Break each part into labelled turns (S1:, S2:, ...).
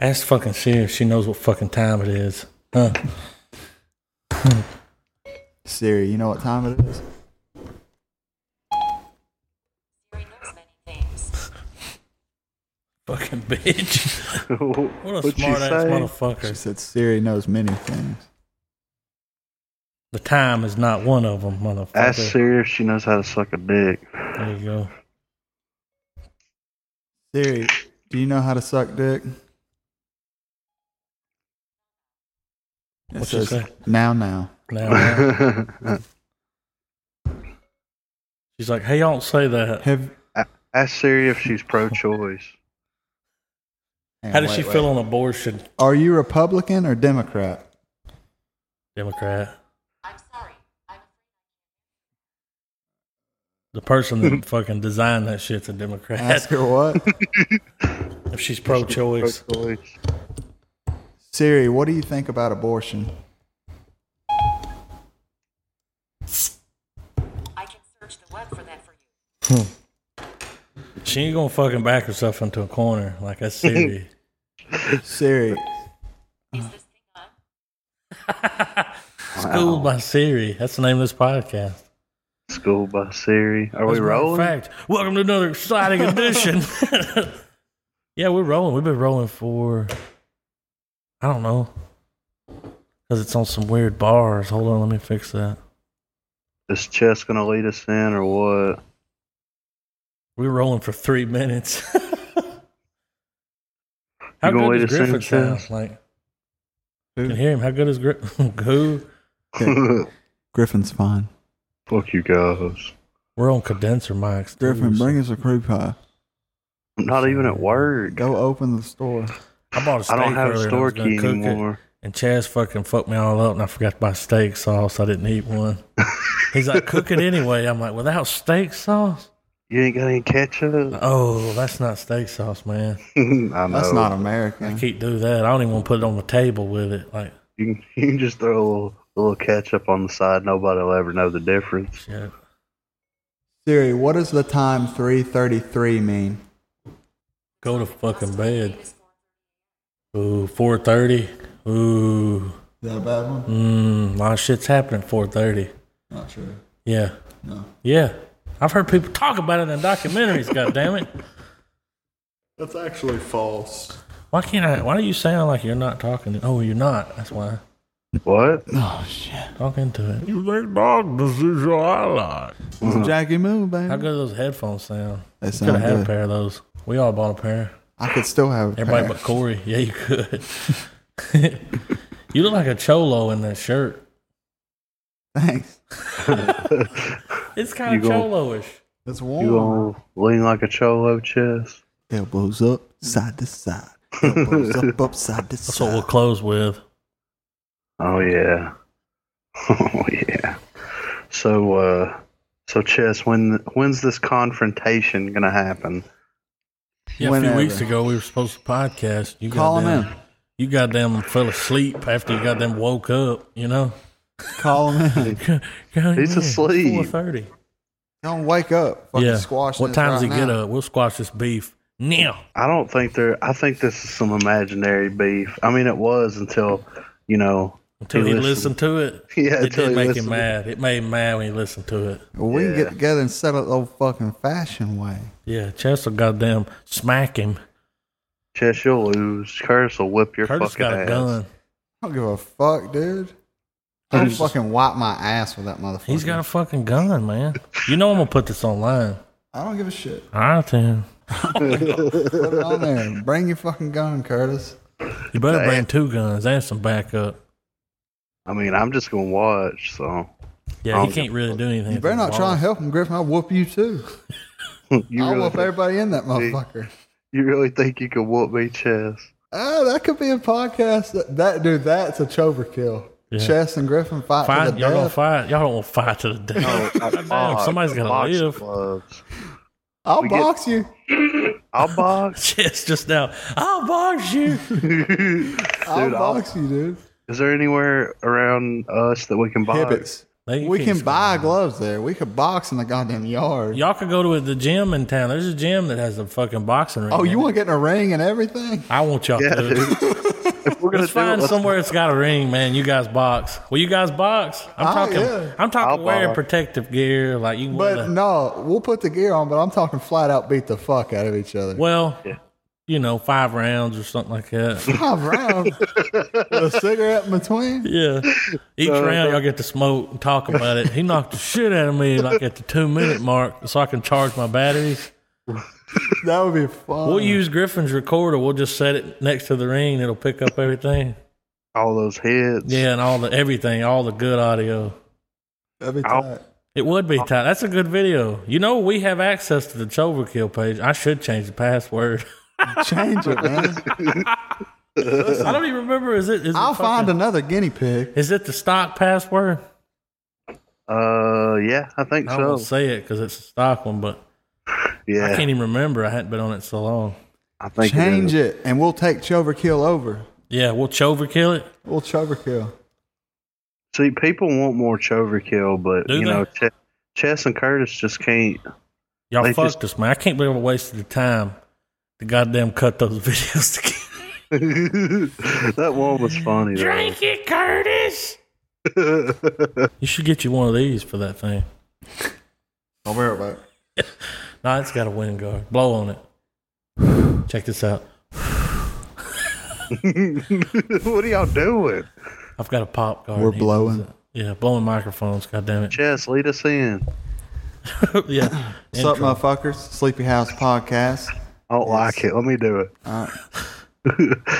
S1: Ask fucking Siri if she knows what fucking time it is. Huh?
S2: Siri, you know what time it is?
S3: Siri knows many things.
S1: Fucking bitch. What a
S4: What'd she
S1: smart ass
S4: say?
S2: She
S1: motherfucker.
S2: said Siri knows many things.
S1: The time is not one of them, motherfucker.
S4: Ask Siri if she knows how to suck a dick.
S1: There you go.
S2: Siri, do you know how to suck dick? It
S1: What'd she
S2: says,
S1: say?
S2: Now, now.
S1: Now, now. she's like, "Hey, don't say that."
S2: Have,
S4: Ask Siri if she's pro-choice.
S2: hang
S1: How
S2: on,
S1: does she
S2: wait,
S1: feel
S2: wait.
S1: on abortion?
S2: Are you Republican or Democrat?
S1: Democrat.
S3: I'm sorry. I'm
S1: The person that fucking designed that shit's a Democrat.
S2: Ask her what?
S1: if she's pro-choice,
S4: Pro-choice.
S2: Siri, what do you think about abortion?
S3: I can search the web for that for you.
S1: she ain't gonna fucking back herself into a corner like that's Siri.
S2: Siri,
S3: Is this thing on?
S4: Oh.
S1: Schooled by Siri. That's the name of this podcast.
S4: School by Siri. Are we
S1: As a matter of
S4: rolling?
S1: Fact. Welcome to another exciting edition. yeah, we're rolling. We've been rolling for I don't know because it's on some weird bars. Hold on, let me fix that.
S4: Is Chess gonna lead us in or what?
S1: We're rolling for three minutes. How
S4: You gonna
S1: good
S4: lead
S1: does
S4: us in,
S1: Griffin sound?
S4: Chaz?
S1: Like,
S2: Who?
S1: can hear him. How good is Griffin? Who?
S2: Griffin's fine.
S4: Fuck you guys.
S1: We're on condenser mics. too,
S2: Griffin,
S1: so-
S2: bring us a crew pie.
S4: I'm not even at work.
S2: Go open the store.
S1: I bought a
S4: I
S1: steak
S4: don't have
S1: earlier
S4: a
S1: and I
S4: store
S1: was gonna
S4: key
S1: cook it,
S4: anymore.
S1: And Chaz fucking fucked me all up, and I forgot to buy steak sauce. I didn't eat one. He's like, cook it anyway. I'm like, without steak sauce?
S4: You ain't got any ketchup?
S1: Oh, that's not steak sauce, man.
S4: I know.
S2: That's not
S1: I
S2: American.
S1: can't do that. I don't even want to put it on the table with it. Like,
S4: You can, you can just throw a little, a little ketchup on the side. Nobody will ever know the difference.
S1: shit.
S2: Siri, what does the time 333 mean?
S1: Go to fucking bed. Ooh, 4.30. Ooh.
S2: Is that a bad one?
S1: Mm, a lot of shit's happening at 4.30.
S2: Not true.
S1: Yeah.
S2: No.
S1: Yeah. I've heard people talk about it in documentaries, God damn it.
S2: That's actually false.
S1: Why can't I? Why do you sound like you're not talking? to- oh, you're not. That's why.
S4: What?
S2: Oh, shit.
S1: Talk into it. You think dog this is your highlight?
S2: Jackie Moon, baby.
S1: How good do those headphones sound?
S2: They
S1: Could have
S2: sound
S1: had a
S2: good.
S1: pair of those. We all bought a pair.
S2: I could still have a
S1: Everybody
S2: pair.
S1: but Corey. Yeah, you could. you look like a cholo in that shirt.
S2: Thanks.
S1: It's kind of
S4: You go-
S1: choloish.
S2: That's
S4: You
S2: warm.
S4: gonna lean like a cholo chest?
S2: Elbows up, side to side. Elbows up, upside to
S1: That's what we'll
S2: side.
S1: close with.
S4: Oh yeah. Oh yeah. So uh so Chess, when when's this confrontation gonna happen?
S1: Yeah, a
S2: Whenever.
S1: few weeks ago we were supposed to podcast. You
S2: Call him
S1: goddamn,
S2: in.
S1: You goddamn fell asleep after you goddamn woke up. You know.
S2: Call him in.
S4: He's asleep.
S1: Four thirty.
S2: Don't wake up. Fucking
S1: Yeah.
S2: squash
S1: What
S2: this
S1: time's
S2: right
S1: he get
S2: now.
S1: up? We'll squash this beef now.
S4: I don't think there I think this is some imaginary beef. I mean it was until you know
S1: Until he, listened to it.
S4: Yeah,
S1: it did
S4: until he
S1: make him
S4: listened.
S1: mad. It made him mad when he listened to it.
S2: We can
S4: Yeah.
S2: get together and settle the old fucking fashion way.
S1: Yeah, Chester goddamn smack him.
S4: Chess, you'll lose. Curtis will whip your
S1: Curtis
S4: fucking
S1: got a
S4: ass.
S1: gun.
S2: I don't give a fuck, dude.
S4: I
S2: I'll
S4: just-
S2: fucking wipe my ass with that motherfucker.
S1: He's got a fucking gun, man. You know I'm gonna put this online.
S2: I don't give a shit.
S1: All right, then.
S2: Put it on there. Bring your fucking gun, Curtis.
S1: You better
S4: Man.
S1: bring two guns and some backup.
S4: I mean I'm just gonna watch, so
S1: Yeah, he
S4: Oh,
S1: can't really do anything.
S2: You better not try and help him, Griffin. I'll whoop you too.
S4: you
S2: I'll
S4: really,
S2: whoop
S4: think,
S2: everybody in that motherfucker.
S4: you really think you could whoop me, Chess?
S2: Oh, that could be a podcast. That, that dude, that's a choverkill.
S1: Yeah.
S2: Chess and Griffin fight to
S1: Fight,
S2: the
S1: y'all gonna
S2: death.
S1: fight. Y'all don't want to fight to the death.
S4: Box-
S1: Oh, somebody's gotta
S4: box
S1: live.
S4: gloves.
S2: I'll
S4: We get-
S2: box you.
S4: I'll box
S1: Chess just now. I'll box you.
S4: Dude,
S2: I'll
S4: I'll-
S2: box you, dude.
S4: is there anywhere around us that we can buy?
S2: Hibbits.
S1: They- you
S2: we
S1: can't
S2: can
S1: score.
S2: buy gloves there. We could box in the goddamn yard.
S1: Y'all could go to the gym in town. There's a gym that has a fucking boxing ring.
S2: oh,
S1: in
S2: you
S1: it.
S2: want to get in a ring and everything?
S1: I want y'all
S4: Yeah,
S1: to.
S4: dude. if we're gonna
S1: Let's
S4: do it,
S1: find
S4: let's-
S1: somewhere that's got a ring, man. You guys box. Well, you guys box. I'm
S2: Oh,
S1: talking.
S2: yeah.
S1: I'm talking
S4: I'll
S1: wearing
S4: box.
S1: protective gear, like you. can wear
S2: But
S1: the-
S2: no, we'll put the gear on. But I'm talking flat out, beat the fuck out of each other.
S1: well,
S4: Yeah.
S1: you know, five rounds or something like that.
S2: Five rounds with a cigarette in between.
S1: yeah, each round y'all get to smoke and talk about it. He knocked the shit out of me like at the two minute mark, so I can charge my batteries.
S2: That would be fun.
S1: We'll use Griffin's recorder. We'll just set it next to the ring. It'll pick up everything.
S4: all those hits.
S1: Yeah, and all the everything, all the good audio.
S2: That'd be
S4: I'll-
S2: tight.
S1: It would be tight. That's a good video. You know, we have access to the Choverkill page. I should change the password.
S2: Change it, man.
S1: I don't even remember. Is it? Is
S2: I'll
S1: it
S2: find
S1: fucking-
S2: another guinea pig.
S1: Is it the stock password?
S4: Uh, yeah, I think
S1: I don't
S4: so.
S1: want to say it because it's a stock one, but I
S4: yeah,
S1: can't even remember. I hadn't been on it so long.
S4: I, think
S2: Change
S4: it. is.
S2: it, and we'll take Choverkill over.
S1: Yeah, we'll Choverkill it.
S2: We'll Choverkill.
S4: See, people want more Choverkill, but
S1: Do
S4: you
S1: they?
S4: know, Ch- Chess and Curtis just can't.
S1: Y'all
S4: They
S1: fucked us, man. I can't believe I wasted the time to goddamn cut those videos together.
S4: that one was funny. though.
S1: it, Curtis. you should get you one of these for that thing.
S2: I'll wear it back.
S1: No, it's got a wind guard. Blow on it. Check this out.
S4: what are y'all doing?
S1: I've got a pop guard.
S2: We're
S1: He-
S2: blowing.
S1: Yeah, blowing microphones. God damn it.
S4: Chess, lead us in.
S1: yeah.
S2: What's up,
S1: Intro.
S2: motherfuckers? Sleepy House Podcast.
S4: I don't like it. Let me do it.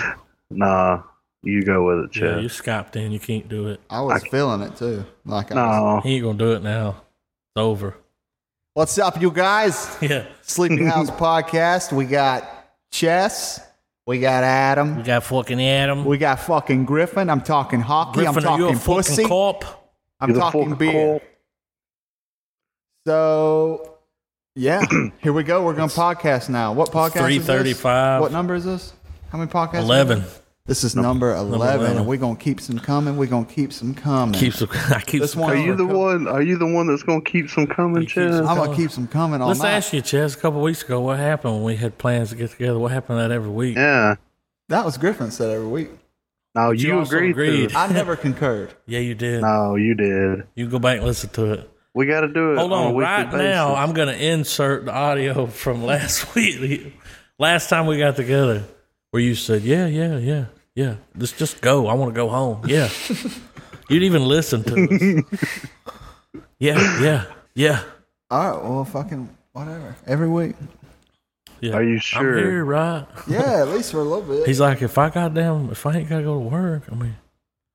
S4: nah, you go with it,
S1: Yeah,
S4: Chess.
S1: you're skyped in. You can't do it.
S2: I was feeling it too. Like, I was,
S4: no,
S1: He ain't gonna do it now. It's over.
S2: what's up, you guys?
S1: Yeah.
S2: Sleepy House Podcast. We got Chess. We got Adam.
S1: We got fucking Adam.
S2: We got fucking Griffin. I'm talking hockey.
S1: Griffin,
S2: I'm
S1: are you a
S2: talking
S1: fucking
S2: pussy.
S1: cop?
S2: I'm
S4: You're the
S2: talking
S4: fucking
S2: beer.
S4: cop.
S2: So, yeah, here we go. We're going to podcast now. What podcast? is this?
S1: 335.
S2: What number is this? How many podcasts? are
S1: Eleven.
S2: there? This is number 11,
S1: 11.
S2: and we're going to keep some coming. We're going to keep some coming.
S1: Keeps. I keep.
S2: This one-
S4: are you the one? Are you the one that's gonna keep some coming,
S1: keep some-
S4: Chess?
S2: I'm going to keep some coming all
S1: Let's
S2: night.
S1: ask you, Chaz. A couple weeks ago, what happened when we had plans to get together? What happened that every week?
S4: Yeah.
S2: that was Griffin said every week.
S4: No,
S1: you
S4: you,
S1: also
S4: agreed.
S1: agreed.
S4: To it.
S2: I never concurred.
S1: Yeah, you did.
S4: No, you did.
S1: You go back and listen to it.
S4: We got to do it.
S1: Hold
S4: a
S1: on.
S4: weekly
S1: Right
S4: basis.
S1: now, I'm gonna insert the audio from last week. Last time we got together, where you said, "Yeah, yeah, yeah, yeah. Let's just go. I want to go home." Yeah. You'd even listen to us. yeah, yeah, yeah.
S2: All right, well, fucking whatever. Every week.
S1: Yeah.
S4: Are you
S1: I'm
S4: sure?
S1: here, right?
S2: Yeah, at least for a little bit.
S1: He's like, if I goddamn, if I ain't gotta go to work, I mean,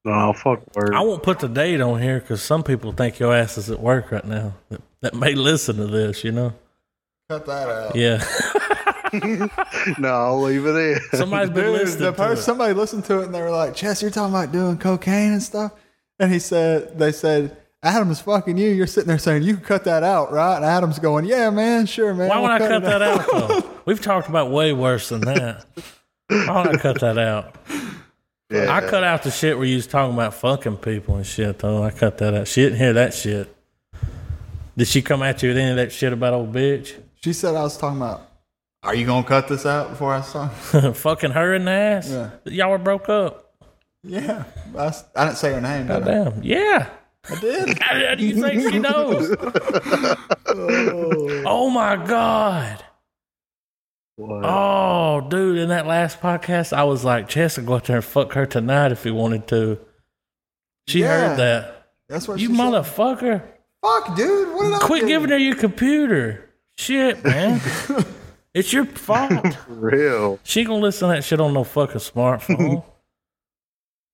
S4: No, fuck word.
S1: I won't put the date on here because some people think your ass is at work right now. That, that may listen to this, you know?
S2: Cut that out.
S1: Yeah,
S4: no, I'll leave it in.
S1: somebody's been
S2: Dude,
S1: listening.
S2: the
S1: to
S2: person,
S1: it.
S2: somebody listened to it and they were like, Chess, you're talking about doing cocaine and stuff. And he said, they said, Adam's fucking you. You're sitting there saying, you can cut that out, right? And Adam's going, yeah, man, sure, man.
S1: Why would
S2: we'll
S1: I cut
S2: it
S1: that out? Though we've talked about way worse than that. Why would I cut that out?
S4: Yeah.
S1: I cut out the shit where you was talking about fucking people and shit. Though I cut that out. She didn't hear that shit. Did she come at you with any of that shit about old bitch?
S2: She said I was talking about, are you going to cut this out before I saw?
S1: fucking her in the ass.
S2: Yeah.
S1: Y'all were broke up.
S2: yeah. I, s- I didn't say her name, did I?
S1: Damn. Yeah.
S2: I did.
S1: How do- how do you think she knows? oh my god!
S4: What?
S1: Oh, dude, in that last podcast, I was like, Chess would go out there and fuck her tonight if he wanted to. She
S2: Yeah.
S1: heard that.
S2: That's what
S1: You
S2: she said.
S1: motherfucker!
S2: Fuck, dude. What did I
S1: Quit
S2: do?
S1: giving her your computer. Shit, man. it's your fault.
S4: For real.
S1: She gonna listen to that shit on no fucking smartphone.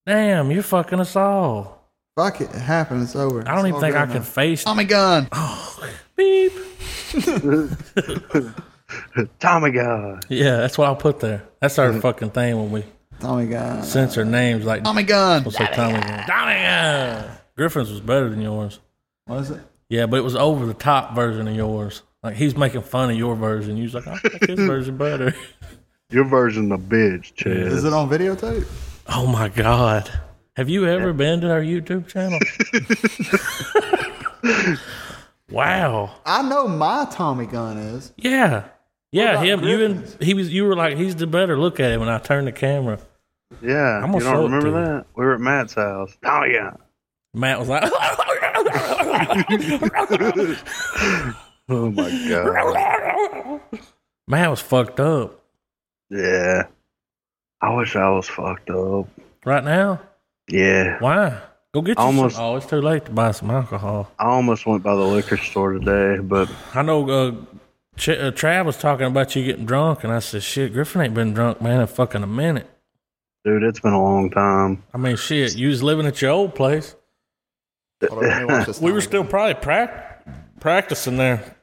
S1: Damn, you're fucking us all.
S2: Fuck it. It happened. It's over.
S1: I don't even think I can face.
S2: Tommy gun.
S1: Beep.
S4: Tommy God.
S1: Yeah, that's what I'll put there. That's our fucking thing when we
S2: Tommy gun.
S1: censor names like
S2: Tommy gun.
S1: We'll say Tommy again. Tommy again. Griffin's was better than yours.
S2: What is it?
S1: Yeah, but it was over the top version of yours. Like he was making fun of your version. You was like, I like his version better.
S4: Your version of bitch, Chad.
S2: Is it on videotape?
S1: Oh my God. Have you ever been to our YouTube channel? wow.
S2: I know my Tommy gun is.
S1: Yeah. Yeah,
S2: about
S1: him. You and he was. You were like, he's the better. Look at him, and I turned the camera.
S4: Yeah,
S1: I'm gonna
S4: you
S1: show it
S4: don't remember
S1: to you.
S4: that? We were at Matt's house. Oh yeah,
S1: Matt was like,
S4: oh my god,
S1: Matt was fucked up
S4: yeah. I wish I was fucked up.
S1: right now.
S4: Yeah,
S1: Why? Go get you
S4: Almost-
S1: some. Oh, it's too late to buy some alcohol.
S4: I almost went by the liquor store today, but
S1: I know. Uh, Ch- uh, Trav was talking about you getting drunk, and I said, "Shit, Griffin ain't been drunk, man, in fucking a minute."
S4: dude, it's been a long time.
S1: I mean, shit, you was living at your old place.
S2: Hold on, let me watch this
S1: We were
S2: Tommy
S1: still
S2: gun.
S1: probably prac- practicing there.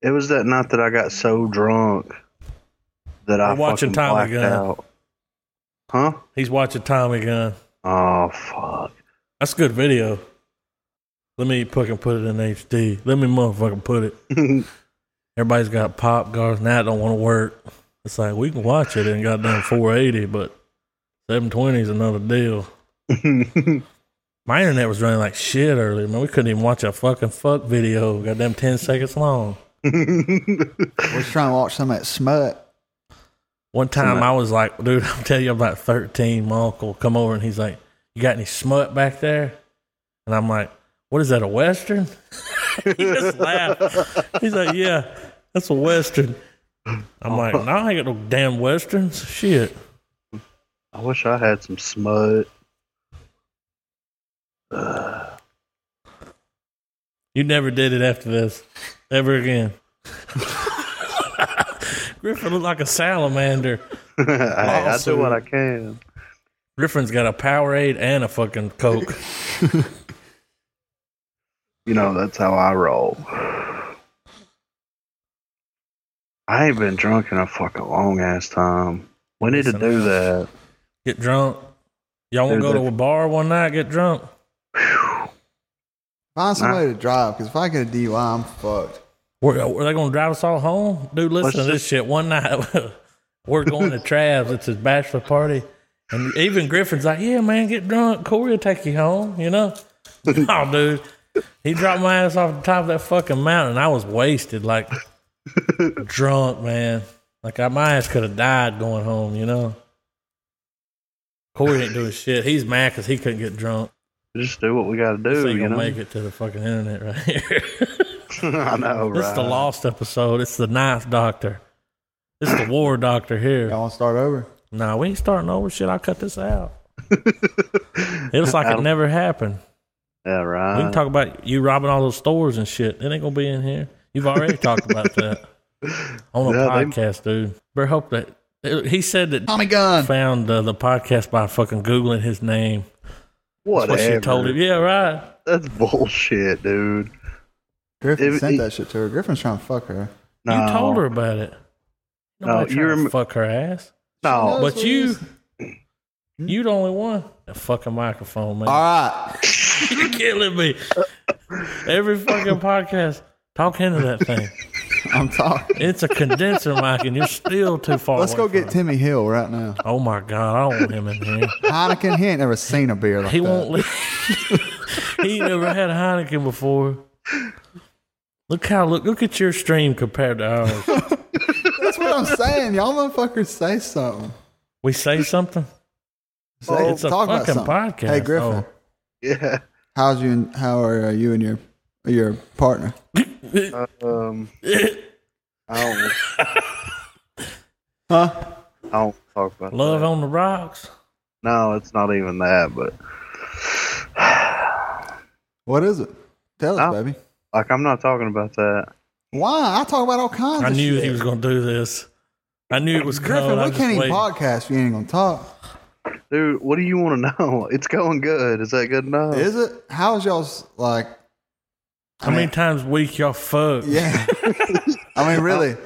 S4: It was that night that I got so drunk that I
S1: We're watching
S4: fucking
S1: Tommy
S4: blacked
S1: Gun.
S4: out. Huh?
S1: He's watching Tommy Gun.
S4: Oh fuck.
S1: That's a good video. Let me fucking put it in HD. Let me motherfucking put it. Everybody's got pop guards now. It don't want to work. It's like we can watch it in goddamn 480, but 720 is another deal. My internet was running like shit earlier, man. We couldn't even watch a fucking fuck video, goddamn 10 seconds long.
S2: We're just trying to watch some of that smut.
S1: One time I was like, dude, I'm telling you, I'm like 13. My uncle come over and he's like, you got any smut back there? And I'm like, what is that, a Western? he just laughed. He's like, yeah, that's a Western. I'm like, no, I ain't got no damn Westerns. Shit.
S4: I wish I had some smut.
S1: You never did it after this, ever again. Griffin looked like a salamander.
S4: hey, I
S1: Also-
S4: do what I can.
S1: Griffin's got a Powerade and a fucking Coke.
S4: You know, that's how I roll. I ain't been drunk in a fucking long ass time. We need to
S1: Listen.
S4: do that.
S1: Get drunk. Y'all want to
S4: Dude,
S1: go to
S4: that-
S1: a bar one night, get drunk?
S2: Find somebody to drive, because if I get a DUI, I'm fucked.
S1: Were, were they going to drive us all home? Dude, listen
S4: Let's
S1: to this shit. One night, we're going to Trav's. It's his bachelor party. And even Griffin's like, yeah, man, get drunk. Corey will take you home, you know? oh, dude. He dropped my ass off the top of that fucking mountain. I was wasted, like drunk, man. Like I, my ass could have died going home, you know? Corey ain't doing shit. He's mad because he couldn't get drunk.
S4: Just do what we gotta
S1: So
S4: do,
S1: you
S4: you
S1: gonna
S4: know?
S1: make it to the fucking internet right here.
S4: I know,
S1: This is
S4: right?
S1: the lost episode. It's the ninth doctor. This is the war doctor here.
S2: Y'all want to start over?
S1: Nah, we ain't starting over shit. I'll cut this out. It looks like it never happened.
S4: Yeah,
S1: We can
S4: right.
S1: talk about you robbing all those stores and shit. It ain't gonna be in here. You've already talked about that on a
S4: Yeah, they-
S1: podcast, dude. Better hope that uh, he said that
S2: Tommy gun.
S1: found uh, the podcast by fucking googling his name. That's
S4: Whatever.
S1: what she told him. Yeah, right.
S4: That's bullshit, dude.
S2: Griffin
S4: It-
S2: sent
S4: it-
S2: that shit to her. Griffin's trying to fuck her.
S4: No.
S1: You told her about it.
S4: No,
S1: Nobody
S4: you
S1: trying to
S4: rem-
S1: fuck her ass.
S4: No.
S2: That's
S1: But
S2: what it
S1: you,
S2: is.
S1: you the only one. That fucking microphone, man.
S2: All right.
S1: You're killing me. Every fucking podcast, talk into that thing.
S2: I'm talking.
S1: It's a condenser mic, and you're still too far.
S2: Let's
S1: away
S2: go
S1: from
S2: get
S1: it.
S2: Timmy Hill right now.
S1: Oh my god, I don't want him in here.
S2: Heineken, he ain't never seen a beer like
S1: He
S2: that.
S1: won't. Leave. he ain't never had a Heineken before. Look how look look at your stream compared to ours.
S2: That's what I'm saying. Y'all motherfuckers say something.
S1: We say something.
S2: Say,
S1: It's a
S2: talk about
S1: fucking
S2: something.
S1: podcast.
S2: Hey Griffin,
S1: Oh.
S4: Yeah.
S2: how's you? And, how are uh, you and your your partner?
S4: Um, I don't,
S2: Huh?
S4: I don't talk about
S1: Love on the rocks.
S4: No, it's not even that, but
S2: What is it? Tell us,
S4: Oh.
S2: baby.
S4: like I'm not talking about that.
S2: Why? I talk about all kinds.
S1: I
S2: of
S1: knew
S2: shit.
S1: he was gonna do this. I knew it was coming.
S2: Griffin,
S1: I
S2: we
S1: just
S2: can't even
S1: waited.
S2: podcast. if You ain't gonna talk.
S4: Dude, what do you want to know? It's going good. Is that good enough?
S2: Is it? How's y'all's like?
S1: How many times a week y'all fuck?
S2: Yeah. I mean, really.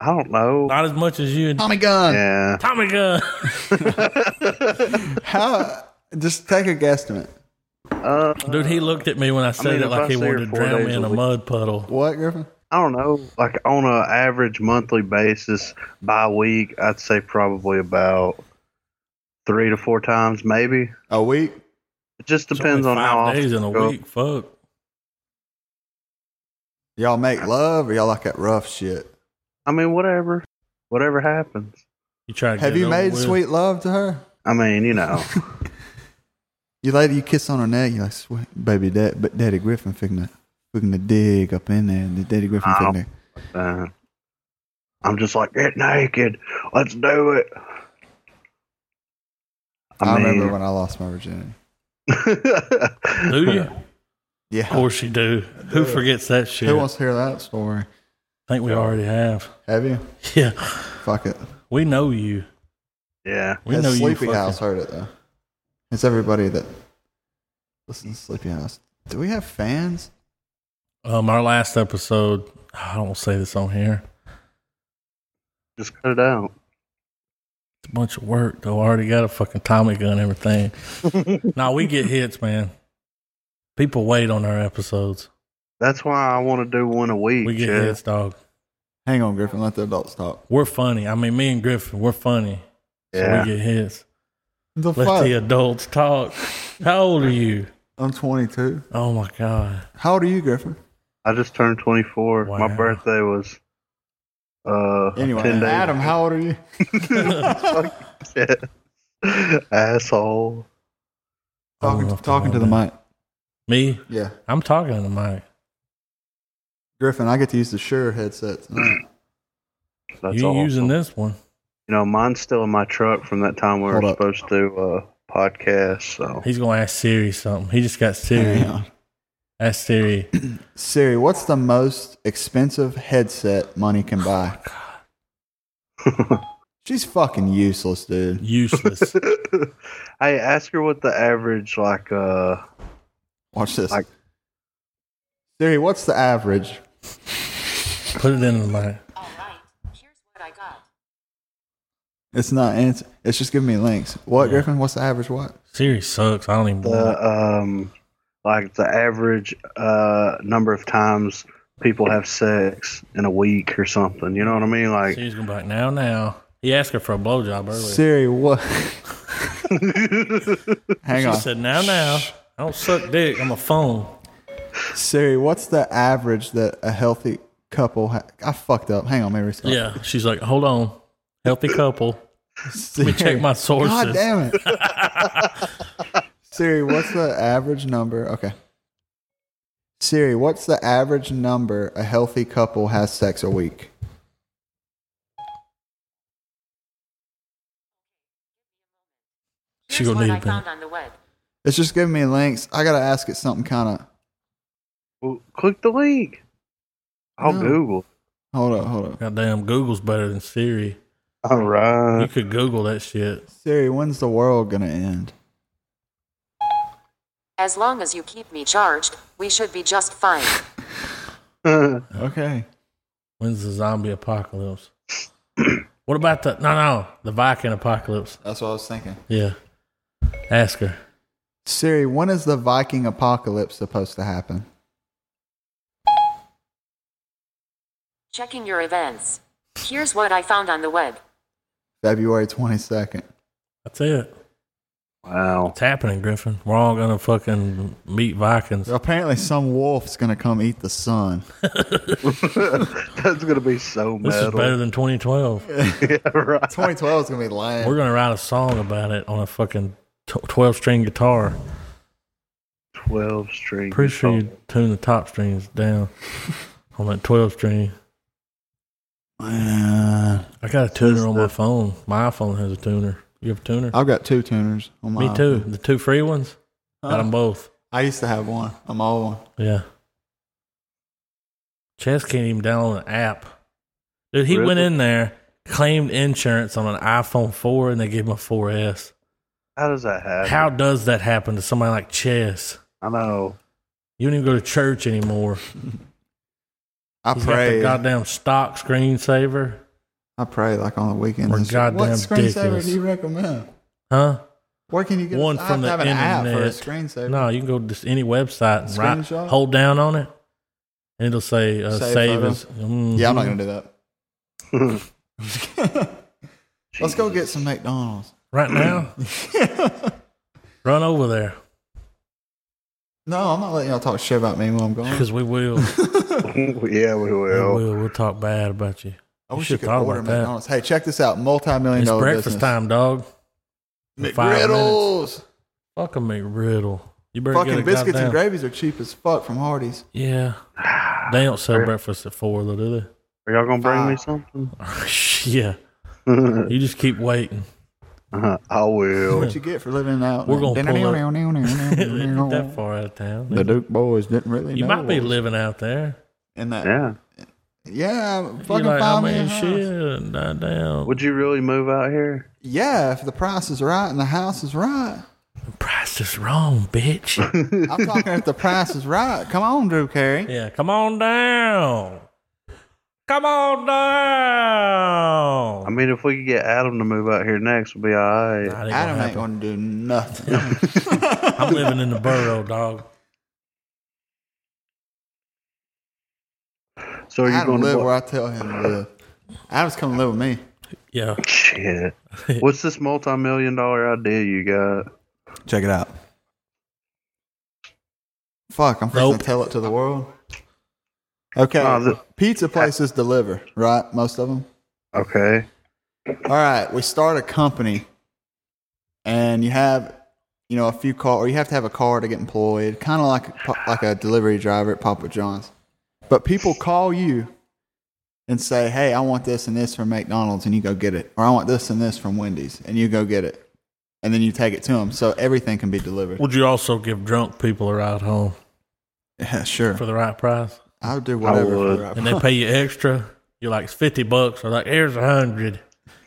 S4: I don't know.
S1: Not as much as you and
S2: Tommy gun.
S4: yeah.
S1: Tommy Gun.
S2: How? Just take a guesstimate.
S4: Uh,
S1: Dude, he looked at me when I said
S4: mean,
S1: it
S4: if
S1: like
S4: I
S1: he
S4: see her
S1: wanted to
S4: four
S1: drown
S4: days
S1: me
S4: a
S1: in a
S4: week-
S1: mud puddle.
S2: What, Griffin?
S4: I don't know. Like on a average monthly basis by week, I'd say probably about three to four times, maybe.
S2: A week?
S4: It just
S1: It's
S4: depends on
S1: only
S4: how
S1: five
S4: often.
S1: days in a
S4: you go.
S1: week. Fuck.
S2: Y'all make love or y'all like that rough shit?
S4: I mean, whatever, whatever happens.
S1: You try to
S2: Have
S1: get it
S2: you
S1: over
S2: made
S1: with.
S2: sweet love to her?
S4: I mean, you know,
S2: You later you kiss on her neck, you like sweet baby dad but Daddy Griffin finna finna dig up in there and Daddy Griffin
S4: Ow.
S2: finna
S4: uh, I'm just like get naked. Let's do it.
S2: I,
S4: mean,
S2: remember when I lost my virginity.
S1: Do you?
S2: Yeah.
S1: Of course you do. Who forgets that Oh, shit?
S2: Who wants to hear that story?
S1: I think we already have.
S2: Have you?
S1: Yeah,
S2: Fuck it.
S1: we know you.
S4: yeah,
S1: We
S2: Has
S1: know you.
S2: Sleepy
S1: fucking-
S2: House heard it though. It's everybody that listens to Sleepy House. Do we have fans?
S1: Um, our last episode. I don't wanna say this on here.
S4: just cut it out.
S1: It's a bunch of work though. I already got a fucking Tommy gun, and everything. now we get hits, man. People wait on our episodes.
S4: That's why I want to do one a week.
S1: We get
S4: yeah.
S1: hits, dog.
S2: Hang on, Griffin. Let the adults talk.
S1: We're funny. I mean, me and Griffin, we're funny. So
S4: Yeah.
S1: we get hits.
S2: The
S1: Let
S2: fuck?
S1: the adults talk. How old are you?
S2: I'm 22.
S1: Oh my god.
S2: How old are you, Griffin?
S4: I just turned 24.
S1: Wow.
S4: My birthday was uh
S2: Anyway,
S4: 10 days.
S2: Adam, how old are you?
S4: Asshole.
S1: I don't
S2: Talking,
S1: know
S2: to,
S1: if I
S2: talking to
S1: know
S2: the
S1: that.
S2: mic.
S1: Me?
S2: Yeah,
S1: I'm talking to Mike.
S2: Griffin. I get to use the Shure headset tonight.
S4: That's
S1: You
S4: all.
S1: ain't using this one?
S4: You know, mine's still in my truck from that time we were
S2: Hold up.
S4: supposed to uh podcast. So
S1: He's gonna ask Siri something. He just got Siri.
S2: Hang on.
S1: Ask Siri.
S2: Siri, what's the most expensive headset money
S1: Oh
S2: can buy? She's fucking useless, dude.
S1: Useless.
S4: hey, ask her what the average like uh
S2: Watch this.
S4: Like-
S2: Siri, what's the average?
S1: Put it in the mic.
S3: All right. Here's what I got.
S2: It's not answer. It's just giving me links. What, Griffin? What's the average? What?
S1: Siri sucks. I don't even want it.
S4: the um like the average uh number of times people have sex in a week or something. You know what I mean? Like
S1: Siri's gonna be like, now now. He asked her for a blowjob earlier.
S2: Siri, what? Hang
S1: she
S2: on.
S1: said, now now. I don't suck dick. I'm a phone.
S2: Siri, what's the average that a healthy couple? Ha- I fucked up. Hang on, Mary Scott.
S1: Yeah. She's like, hold on. Healthy couple.
S2: Siri,
S1: Let me check my sources.
S2: God damn it. Siri, what's the average number? Okay. Siri, what's the average number a healthy couple has sex a week?
S1: She
S3: Here's
S1: gonna
S3: what
S1: need
S3: I
S1: that.
S3: found on the web.
S2: It's just giving me links. I gotta ask it something kind of.
S4: well, click the link. I'll
S2: No.
S4: Google.
S2: Hold up, hold up.
S1: God damn. Google's better than Siri.
S4: All
S1: You
S4: right.
S1: could Google that shit.
S2: Siri, when's the world gonna end?
S3: As long as you keep me charged, we should be just fine.
S2: Okay.
S1: When's the zombie apocalypse? what about the no no the Viking apocalypse?
S2: That's what I was thinking.
S1: Yeah. Ask her.
S2: Siri, when is the Viking apocalypse supposed to happen?
S3: Checking your events. Here's what I found on the web.
S2: February 22nd.
S1: That's it.
S4: wow.
S1: It's happening, Griffin. We're all gonna fucking meet Vikings.
S2: Apparently, some wolf's gonna come eat the sun.
S4: That's gonna be so
S1: This is
S4: metal.
S1: better than 2012.
S4: yeah, right.
S2: 2012 is gonna be lame.
S1: We're gonna write a song about it on a fucking 12 string guitar.
S4: Twelve string.
S1: Pretty sure you tune the top strings down on that 12 string.
S2: Man.
S1: I got a tuner on my phone. My iPhone has a tuner. You have a tuner?
S2: I've got two tuners on my.
S1: Me too. The two free ones. Got them both.
S2: I used to have one. I'm old one.
S1: Yeah. Chess can't even download an app. Dude, he went
S4: Really?
S1: in there, claimed insurance on an iPhone 4, and they gave him a 4S.
S4: How does that happen?
S1: How does that happen to somebody like Chess?
S4: I know.
S1: You don't even go to church anymore.
S2: I
S1: He's got the
S2: pray.
S1: goddamn stock screensaver.
S2: I pray like on the weekends.
S1: We're
S2: and shit.
S1: goddamn
S2: what screensaver
S1: ridiculous.
S2: do you recommend?
S1: Huh?
S2: Where can you get
S1: One
S2: I
S1: from the
S2: have to have an app for a
S1: internet.
S2: screensaver?
S1: No, you can go to just any website and
S2: Screenshot?
S1: right, hold down on it, and it'll say uh,
S2: Save
S1: save,
S2: photo?
S1: as. Mhm.
S2: Yeah, I'm not gonna do that.
S4: Let's
S2: Let's go get some McDonald's.
S1: right now, run over there
S2: no, I'm not letting y'all talk shit about me when I'm gone.
S1: because we will.
S4: yeah, we
S1: we
S4: will.
S1: will. We'll talk bad about you.
S2: I wish you
S1: should've
S2: could
S1: thought
S2: order
S1: about that.
S2: McDonald's. Hey, check this out. Multi-million
S1: It's
S2: dollar
S1: breakfast
S2: business.
S1: time, dog. In five
S2: McGriddles.
S1: Fuck a McGriddle. You better get
S2: Fucking
S1: a
S2: biscuits
S1: goddamn-
S2: and gravies are cheap as fuck from Hardee's.
S1: Yeah, they don't sell
S4: Right.
S1: breakfast at four, though, do they?
S4: Are y'all gonna bring me
S2: Ah.
S4: something?
S1: yeah, you just keep waiting.
S4: Uh-huh. I will.
S2: What you get for living out?
S1: We're gonna pull that
S2: the
S1: far out of town.
S2: Duke boys didn't really.
S1: you
S2: know
S1: might be
S2: us.
S1: living out there.
S2: in that.
S4: Yeah.
S2: Yeah,
S1: You're
S2: fucking
S1: like, I
S2: find me
S1: mean,
S2: a house.
S1: shit, goddamn.
S4: Would you really move out here?
S2: Yeah, if the price is right and the house is right.
S1: Price is wrong, bitch.
S2: I'm talking if the price is right. Come on, Drew Carey.
S1: yeah, come on down. Come on down.
S4: I mean, if we could get Adam to move out here next, we'll be all right.
S1: That ain't gonna
S2: Adam ain't
S1: happen.
S2: gonna do nothing.
S1: I'm living in the borough, dog.
S4: So are you
S2: Adam
S4: going to
S2: live
S4: bl-
S2: where I tell him to live. Adam's coming to live with me.
S1: Yeah,
S4: Shit. What's this multi-million dollar idea you got?
S2: Check it out. Fuck, I'm going
S1: Nope.
S2: to tell it to the world. Okay,
S4: No, Uh, the-
S2: pizza places deliver, right? Most of them.
S4: Okay.
S2: All right, we start a company, and you have, you know, a few car, or you have to have a car to get employed, kind of like a, pa- like a delivery driver at Papa John's. But people call you and say, "Hey, I want this and this from McDonald's," and you go get it, or "I want this and this from Wendy's," and you go get it, and then you take it to them, so everything can be delivered.
S1: Would you also give drunk people a ride home
S2: Yeah, sure.
S1: for the right price?
S2: I'll do whatever. for
S4: would.
S2: the right
S1: And they
S2: price.
S1: pay you extra. You're like it's fifty bucks, or like here's a hundred.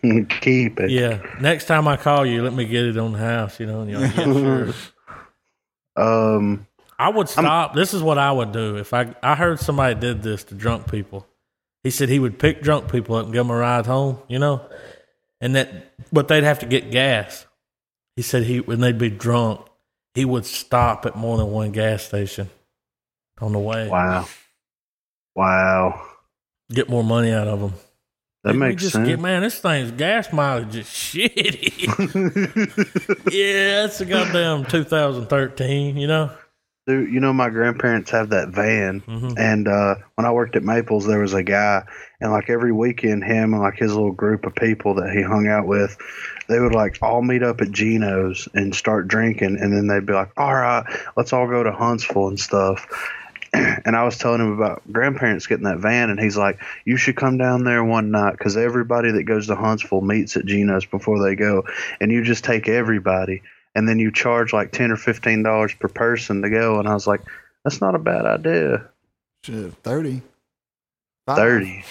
S4: Keep it.
S1: Yeah. Next time I call you, let me get it on the house. You know, and you're like, yeah, sure.
S4: Um.
S1: I would stop. this is what I would do if I I heard somebody did this to drunk people. He said he would pick drunk people up and give them a ride home. You know, and that but they'd have to get gas. He said he when they'd be drunk, he would stop at more than one gas station on the way.
S4: Wow. Wow.
S1: Get more money out of them.
S4: That
S1: Didn't we
S4: makes
S1: just
S4: sense.
S1: Get, man, this thing's gas mileage is shitty. yeah, that's a goddamn 2013, you know?
S4: Dude, you know my grandparents have that van,
S1: Mhm.
S4: and uh, when I worked at Maples, there was a guy, and like every weekend, him and like his little group of people that he hung out with, they would like all meet up at Geno's and start drinking, and then they'd be like, "All right, let's all go to Huntsville and stuff." and I was telling him about grandparents getting that van, and he's like, "You should come down there one night because everybody that goes to Huntsville meets at Geno's before they go, and you just take everybody, and then you charge like ten or fifteen dollars per person to go." And I was like, "That's not a bad idea."
S2: Shit, thirty. Five.
S4: Thirty.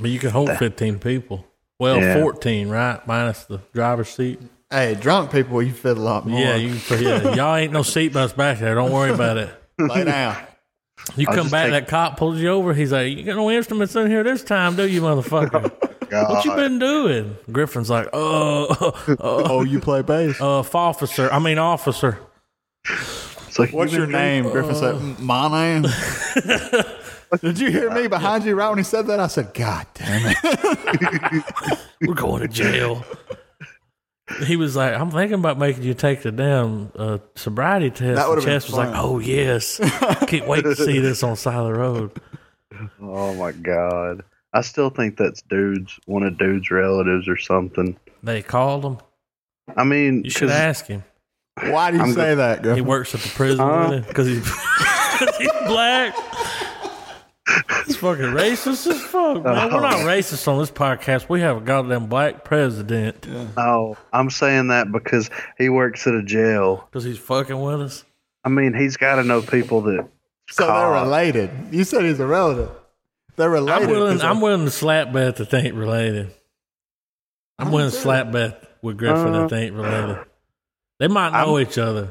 S1: But you can hold 15 people. Well,
S4: Yeah.
S1: 14, right? Minus the driver's seat.
S2: Hey, drunk people, you fit a lot more.
S1: Yeah, you can, yeah, y'all ain't no seatbelts back there. Don't worry about it.
S2: lay down.
S1: You
S4: I'll
S1: come
S4: just
S1: back,
S4: take-
S1: that cop pulls you over. He's like, You got no instruments in here this time, do you, motherfucker?
S4: Oh,
S1: what you been doing? Griffin's like, Uh, uh, uh,
S2: Oh, you play bass.
S1: uh, officer. I mean, officer.
S4: It's like,
S2: What's
S4: you
S2: your
S4: been
S2: name? Griffin
S1: Oh.
S2: said, My name. Did you hear me behind you right when he said that? I said, God damn it.
S1: we're going to jail. He was like, I'm thinking about making you take the damn uh, sobriety test.
S2: That
S1: and
S2: would've been
S1: Chess was like,
S2: fun.
S1: oh, yes. Can't wait to see this on side of the road.
S4: drinking? Oh my god! I still think that's dudes, one of dudes' relatives or something.
S1: They called him.
S4: I mean,
S1: You should
S4: 'cause-
S1: ask him.
S2: Why do you
S4: I'm
S2: say that,
S1: He
S2: Griffin?
S1: works at the prison because he's, 'cause he's black. It's fucking racist as fuck, man. We're not racist on this podcast. We have a goddamn black president
S4: Oh, I'm saying that because he works at a jail.
S1: because he's fucking with us.
S4: I mean, he's got to know people that.
S2: So they're
S4: call.
S2: related. You said he's a relative. They're related.
S1: I'm willing.
S2: It's
S1: I'm
S2: like,
S1: willing to slap bet that they ain't related.
S2: Oh,
S1: I'm willing to slap bet with Griffin
S2: Uh,
S1: that they ain't related. They might know each other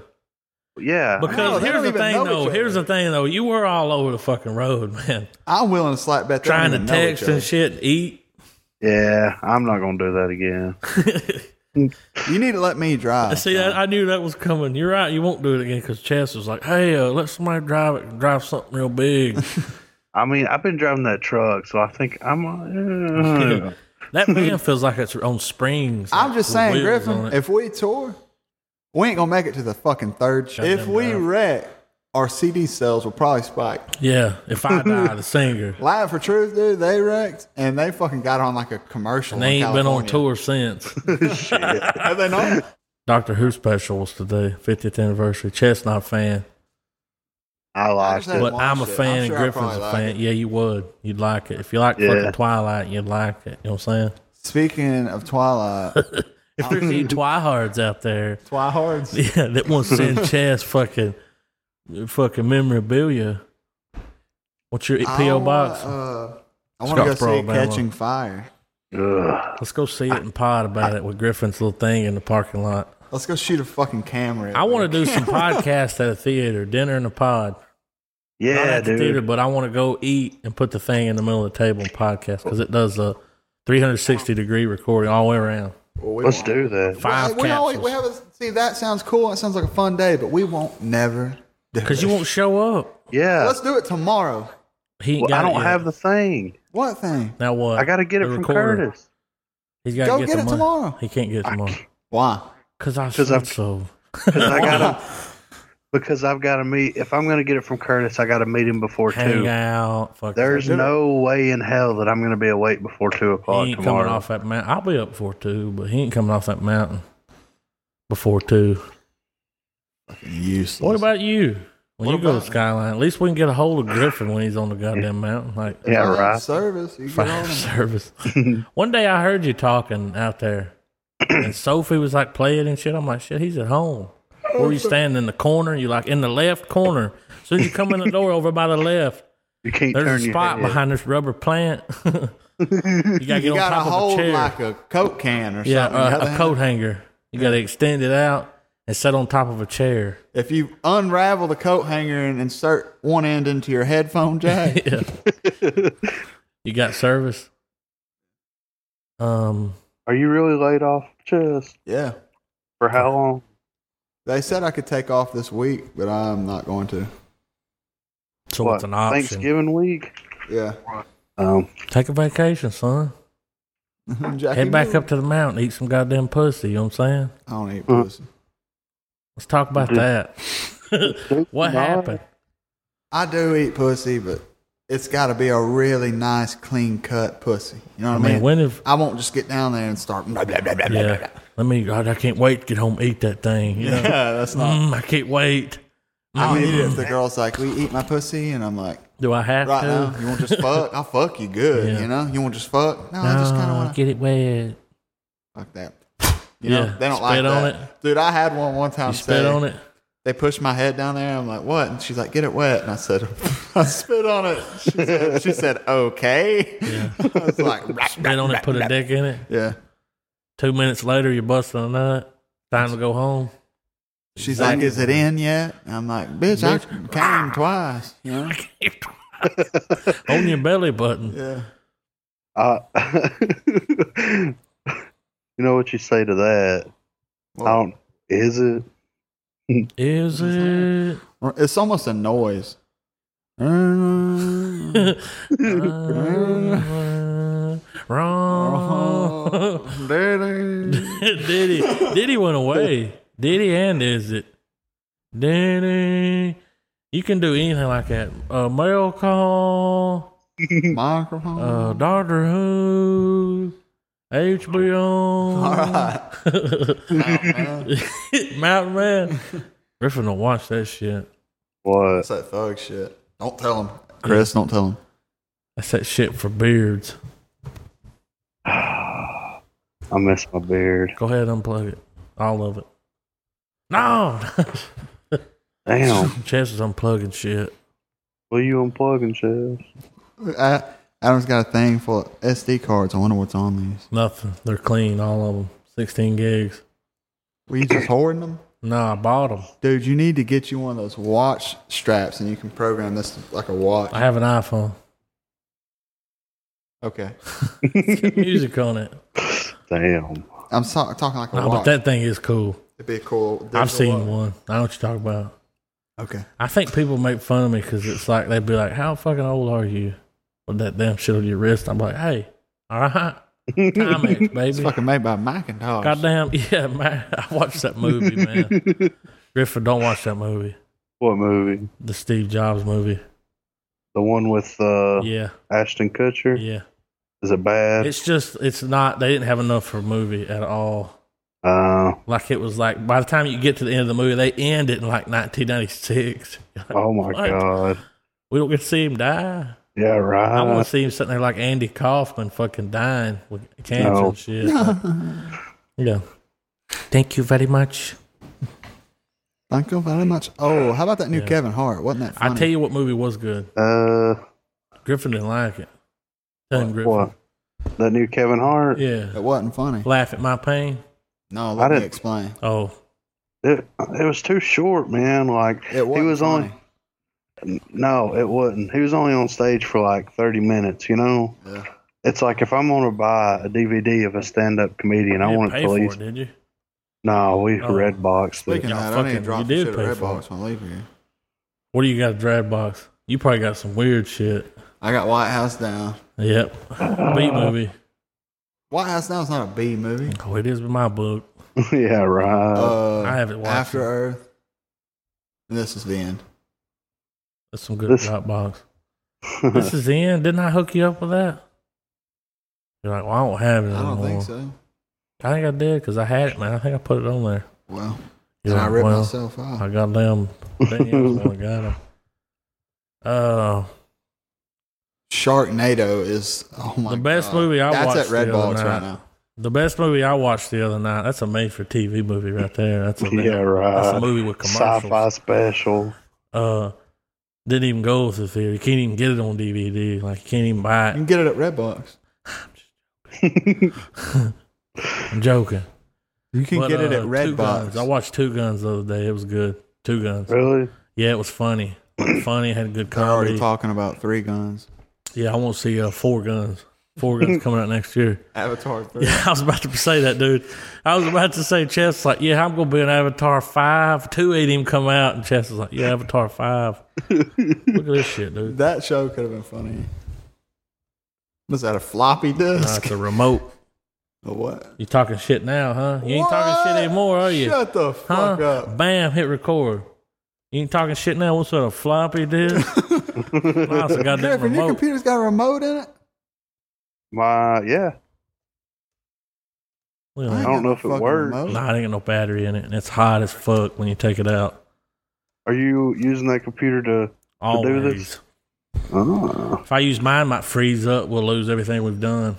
S4: Yeah,
S1: because
S2: No, they
S1: here's
S2: don't
S1: the
S2: even
S1: thing,
S2: know each
S1: though.
S2: other.
S1: Here's the thing, though. You were all over the fucking road, man,
S2: I'm willing to slap bet. they
S1: trying to
S2: don't even know
S1: text
S2: each other.
S1: and shit, and eat.
S4: yeah. I'm not gonna do that again.
S2: You need to let me drive.
S1: See, that, I knew that was coming. You're right. You won't do it again because Chess was like, "Hey, uh, let somebody drive it, drive something real big."
S4: I mean, I've been driving that truck, so I think I'm. Uh,
S1: That van feels like it's on springs.
S2: I'm
S1: like,
S2: just
S1: with
S2: saying,
S1: wheels
S2: Griffin,
S1: on it.
S2: if we tour, we ain't gonna make it to the fucking third show. If
S1: Goddamn
S2: we
S1: right.
S2: wreck, our CD sales will probably spike.
S1: yeah, if I die, the singer.
S2: Live for Truth, dude, they wrecked, and they fucking got on like a commercial.
S1: And they
S2: in
S1: ain't been on
S2: California.
S1: tour since.
S2: Have they not?
S1: Doctor Who special was today, 50th anniversary. Chestnut fan,
S4: I
S2: I
S4: lost
S2: just had
S4: it.
S1: but I'm a
S2: watched it.
S1: fan
S2: I'm
S1: and
S2: sure I
S1: Griffin's
S2: probably
S1: a
S2: like
S1: fan.
S2: it.
S1: Yeah, you would. You'd like it if you like
S4: Yeah.
S1: fucking Twilight. You'd like it. You know what I'm saying?
S2: Speaking of Twilight,
S1: If there's any Twihards out there,
S2: Twihards.
S1: yeah, that wants to send Chaz fucking fucking memorabilia. What's your PO box?
S2: Uh, I want to go
S1: Scottsboro,
S2: see
S1: Alabama.
S2: Catching Fire.
S4: Ugh.
S1: Let's go see it and pod about it with Griffin's little thing in the parking lot.
S2: Let's go shoot a fucking camera. at
S1: I want
S2: it.
S1: to do some podcasts at a theater, dinner in a pod. Not
S4: Yeah,
S1: at the theater,
S4: dude.
S1: but I want to go eat and put the thing in the middle of the table and podcast because it does a 360 degree recording all the way around.
S2: Well, we
S4: Let's
S2: won't.
S4: do that.
S1: Five
S2: we, we, always, we
S1: capsules.
S2: have a, see that sounds cool. That sounds like a fun day, but we won't never do
S1: Because
S2: it.
S1: you won't show up.
S4: Yeah.
S2: Let's do it tomorrow.
S1: He ain't
S4: Well,
S1: got
S4: I
S1: it
S4: don't
S1: yet.
S4: have the thing.
S2: What thing?
S1: Now what?
S4: I got to get it
S1: The
S4: from
S1: recorder.
S4: Curtis.
S1: He's got to
S2: Go
S1: get,
S2: get
S1: the
S2: it
S1: money.
S2: tomorrow.
S1: He can't get it tomorrow.
S2: Why?
S1: Because I
S4: 'Cause
S1: said
S4: I've-
S1: so.
S4: Because I got to. Because I've got to meet. If I'm going to get it from Curtis, I got to meet him before
S1: Hang
S4: two.
S1: out. Fuck
S4: There's
S1: that.
S4: no way in hell that I'm going to be awake before two
S1: He
S4: o'clock
S1: ain't coming
S4: tomorrow.
S1: off that mountain. I'll be up for two, but he ain't coming off that mountain before two.
S2: Fucking useless.
S1: What about you? When
S2: What
S1: you go to
S2: about-
S1: Skyline, at least we can get a hold of Griffin when he's on the goddamn mountain. Like,
S4: Yeah,
S2: Fire
S4: right.
S2: Service. You get on
S1: fire
S2: them.
S1: service. One day I heard you talking out there, and Sophie was like playing and shit. I'm like, shit, he's at home. Where you standing in the corner? You like in the left corner. As soon as you come in the door over by the left,
S4: You can't
S1: there's
S4: turn
S1: a
S4: your
S1: spot
S4: head.
S1: behind this rubber plant. you gotta get
S2: You
S1: on
S2: got
S1: top
S2: to
S1: of a
S2: hold
S1: chair.
S2: like a coke can or
S1: yeah,
S2: something. You
S1: uh,
S2: gotta
S1: a
S2: have-
S1: coat hanger. You gotta extend it out and sit on top of a chair.
S2: If you unravel the coat hanger and insert one end into your headphone jack,
S1: Yeah. you got service. Um,
S4: Are you really laid off? Just
S2: yeah.
S4: for how long?
S2: They said I could take off this week, but I'm not going to.
S1: so
S4: What,
S1: it's an option.
S4: Thanksgiving week.
S2: Yeah.
S4: Um,
S1: Take a vacation, son.
S2: Jackie
S1: Head back
S2: Moore.
S1: up to the mountain, eat some goddamn pussy. You know what I'm saying?
S2: I don't eat
S4: Mm.
S2: pussy.
S1: Let's talk about that. what
S4: No.
S1: happened?
S2: I do eat pussy, but it's got to be a really nice, clean cut pussy. You know
S1: I
S2: what
S1: mean, when if
S2: I won't just get down there and start. Blah, blah, blah, blah, blah, blah.
S1: yeah, let me. God, I can't wait to get home, and eat that thing. You know?
S2: Yeah, that's not.
S1: Mm, I can't wait. Mm-hmm.
S2: I don't eat it if the girl's like, "We eat my pussy," and I'm like,
S1: Do I have
S2: "Right
S1: to?
S2: now, you want to just fuck? I'll fuck you good.
S1: Yeah.
S2: You know, you want to just fuck? No, I just kind of
S1: No,
S2: want to
S1: get it wet.
S2: fuck that. You know,
S1: Yeah,
S2: they don't
S1: spit
S2: like
S1: on
S2: that. Dude, I had one one time.
S1: You spit
S2: say-
S1: on it.
S2: They pushed my head down there. I'm like, "What?" And she's like, "Get it wet." And I said, "I spit on it." She said, she said "Okay."
S1: Yeah.
S2: I was like,
S1: Spit on it. Put a dick in it.
S2: "Yeah."
S1: Two minutes later, you're busting a nut. Time to go home.
S2: She's like, "Is it in yet?" And I'm like, "Bitch, I came twice." You know?
S1: on your belly button.
S2: Yeah.
S4: Uh, you know what you say to that? I don't. Is it?
S1: Is it?
S2: It's almost a noise. Wrong.
S1: Wrong. Wrong. Diddy. Diddy went away. Diddy and is it? Diddy. You can do anything like that. Uh, mail call,
S2: Microphone.
S1: uh, Doctor Who, HBO.
S2: All right. man.
S1: Mountain Man. Griffin will watch that shit.
S4: What?
S2: That's that thug shit. Don't tell him, Chris. Don't tell him.
S1: That's that shit for beards.
S4: I miss my beard.
S1: Go ahead, unplug it. All of it. No,
S4: Damn.
S1: Chess is unplugging shit.
S4: Will you unplug and shit?
S2: I, Adam's got a thing for SD cards. I wonder what's on these.
S1: Nothing. They're clean, all of them. 16 gigs.
S2: Were you just hoarding them,
S1: No, I bought them.
S2: dude? You need to get you one of those watch straps, and you can program this like a watch.
S1: I have an iPhone.
S2: Okay,
S1: It's got music on it.
S4: Damn.
S2: I'm so- talking like a
S1: No,
S2: watch.
S1: but that thing is cool.
S2: It'd be a cool. digital
S1: I've seen
S2: watch.
S1: one. I know what you're talking about.
S2: Okay,
S1: I think people make fun of me because it's like they'd be like, How fucking old are you? With that damn shit on your wrist. I'm like, Hey, all right. Comics,
S2: It's
S1: baby.
S2: fucking made by Macintosh.
S1: Goddamn, yeah, man. I watched that movie, man. Griffin, don't watch that movie.
S4: What movie?
S1: The Steve Jobs movie.
S4: The one with uh,
S1: Yeah,
S4: Ashton Kutcher?
S1: yeah.
S4: Is it bad?
S1: It's just, it's not. They didn't have enough for a movie at all.
S4: uh,
S1: Like it was like by the time you get to the end of the movie, they end it in like 1996.
S4: oh my
S1: What?
S4: god!
S1: We don't get to see him die.
S4: Yeah,
S1: I want
S4: right.
S1: to see him sitting there like Andy Kaufman, fucking dying with cancer
S4: No.
S1: and shit. yeah. Thank you very much.
S2: Thank you very much. Oh, how about that new Kevin Hart? Wasn't that funny?
S1: I tell you what movie was good.
S4: Uh,
S1: Griffin didn't like it. Tell him Griffin.
S4: what? That new Kevin Hart?
S1: Yeah.
S2: it wasn't funny.
S1: Laugh at my pain.
S2: No,
S4: I
S2: let me
S4: didn't-
S2: explain.
S1: Oh,
S4: It, it was too short, man. Like
S2: It wasn't
S4: he was
S2: funny.
S4: on. No, it wasn't. He was only on stage for like thirty minutes. You know,
S2: Yeah.
S4: it's like if I'm gonna buy a DVD of a stand-up comedian, I
S1: you
S4: want
S1: didn't pay
S4: it to at
S1: for
S4: least.
S1: it, did you?
S4: No, we
S1: Oh.
S4: red boxed it.
S2: Speaking of
S1: Y'all
S2: that, I need to
S1: fucking-
S2: drop
S1: you
S2: the
S1: did
S2: shit at
S1: pay for
S2: Redbox when I leave here.
S1: What do you got, Dreadbox? You probably got some weird shit.
S2: I got White House Down.
S1: Yep. Beat movie.
S2: White House Down is not a B movie.
S1: Oh, it is in my book.
S4: yeah, right.
S1: Oh,
S2: Uh,
S1: I haven't watched
S2: After
S1: it.
S2: Earth. And this is the end.
S1: That's some good
S4: This-
S1: Dropbox. this is the end. Didn't I hook you up with that? You're like, well, I don't have it
S2: I
S1: anymore.
S2: don't think so.
S1: I think I did because I had it, man. I think I put it on there.
S2: Well,
S1: You're
S2: and I
S1: like,
S2: ripped
S1: well,
S2: myself off.
S1: I goddamn Daniel's only got him. Uh,
S2: Sharknado is oh my
S1: The best
S2: God.
S1: movie I
S2: That's
S1: watched
S2: at
S1: the
S2: Redbox
S1: other
S2: right
S1: night.
S2: now.
S1: the best movie I watched the other night. That's a made for TV movie right there. That's a
S4: yeah,
S1: That's a
S4: right.
S1: movie with
S4: Sci-fi
S1: commercials.
S4: special.
S1: Uh, didn't even go to the theater. You can't even get it on DVD. Like you can't even buy
S2: You
S1: it.
S2: can get it at Redbox.
S1: I'm joking.
S2: You can
S1: But,
S2: get it
S1: uh,
S2: at
S1: Two Guns. I
S2: Redbox.
S1: watched Two Guns the other day. It was good. Two Guns.
S4: Really?
S1: Yeah, it was funny. funny had good
S2: They're already
S1: comedy.
S2: talking about three guns.
S1: Yeah, I want to see uh, Four Guns. Four Guns coming out next year.
S2: Avatar three.
S1: Yeah, I was about to say that, dude. I was about to say, Chess like, yeah, I'm gonna be an Avatar Five. Two eight even come out, and Chess is like, yeah, Avatar Five. Look at this shit, dude.
S2: That show could have been funny. Was that a floppy disk?
S1: That's a remote.
S2: Or what?
S1: You talking shit now, huh? You ain't talking
S2: What?
S1: shit anymore, are you?
S2: Shut
S1: huh?
S2: the fuck up.
S1: Bam, hit record. You ain't talking shit now. What's that, a floppy disk? Wow, it's a goddamn
S2: Griffin, your
S1: remote.
S2: computer's got a remote in it?
S4: My yeah.
S1: Look at
S2: ain't
S1: that.
S4: don't
S2: got
S4: know
S2: no
S4: if it
S2: fucking
S4: works.
S2: remote.
S1: Nah, it ain't got no battery in it, and it's hot as fuck when you take it out.
S4: Are you using that computer to? To do this?
S1: Always.
S4: Oh,
S1: If I use mine, it might freeze up. We'll lose everything we've done.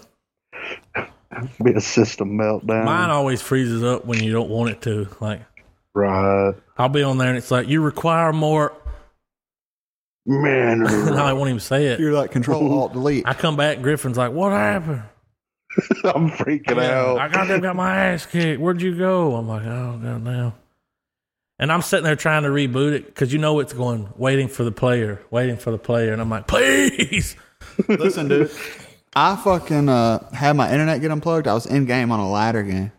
S4: be a system meltdown.
S1: Mine always freezes up when you don't want it to. Like
S4: right.
S1: I'll be on there, and it's like you require more.
S4: Man,
S1: no, I won't even say it.
S2: You're like control alt delete.
S1: I come back, Griffin's like, "What happened?
S4: I'm freaking
S1: Yeah,
S4: out.
S1: I goddamn got my ass kicked. Where'd you go?" I'm like, "Oh goddamn." And I'm sitting there trying to reboot it because you know it's going, waiting for the player, waiting for the player, and I'm like, "Please."
S2: Listen, dude. I fucking uh, had my internet get unplugged. I was in game on a ladder game,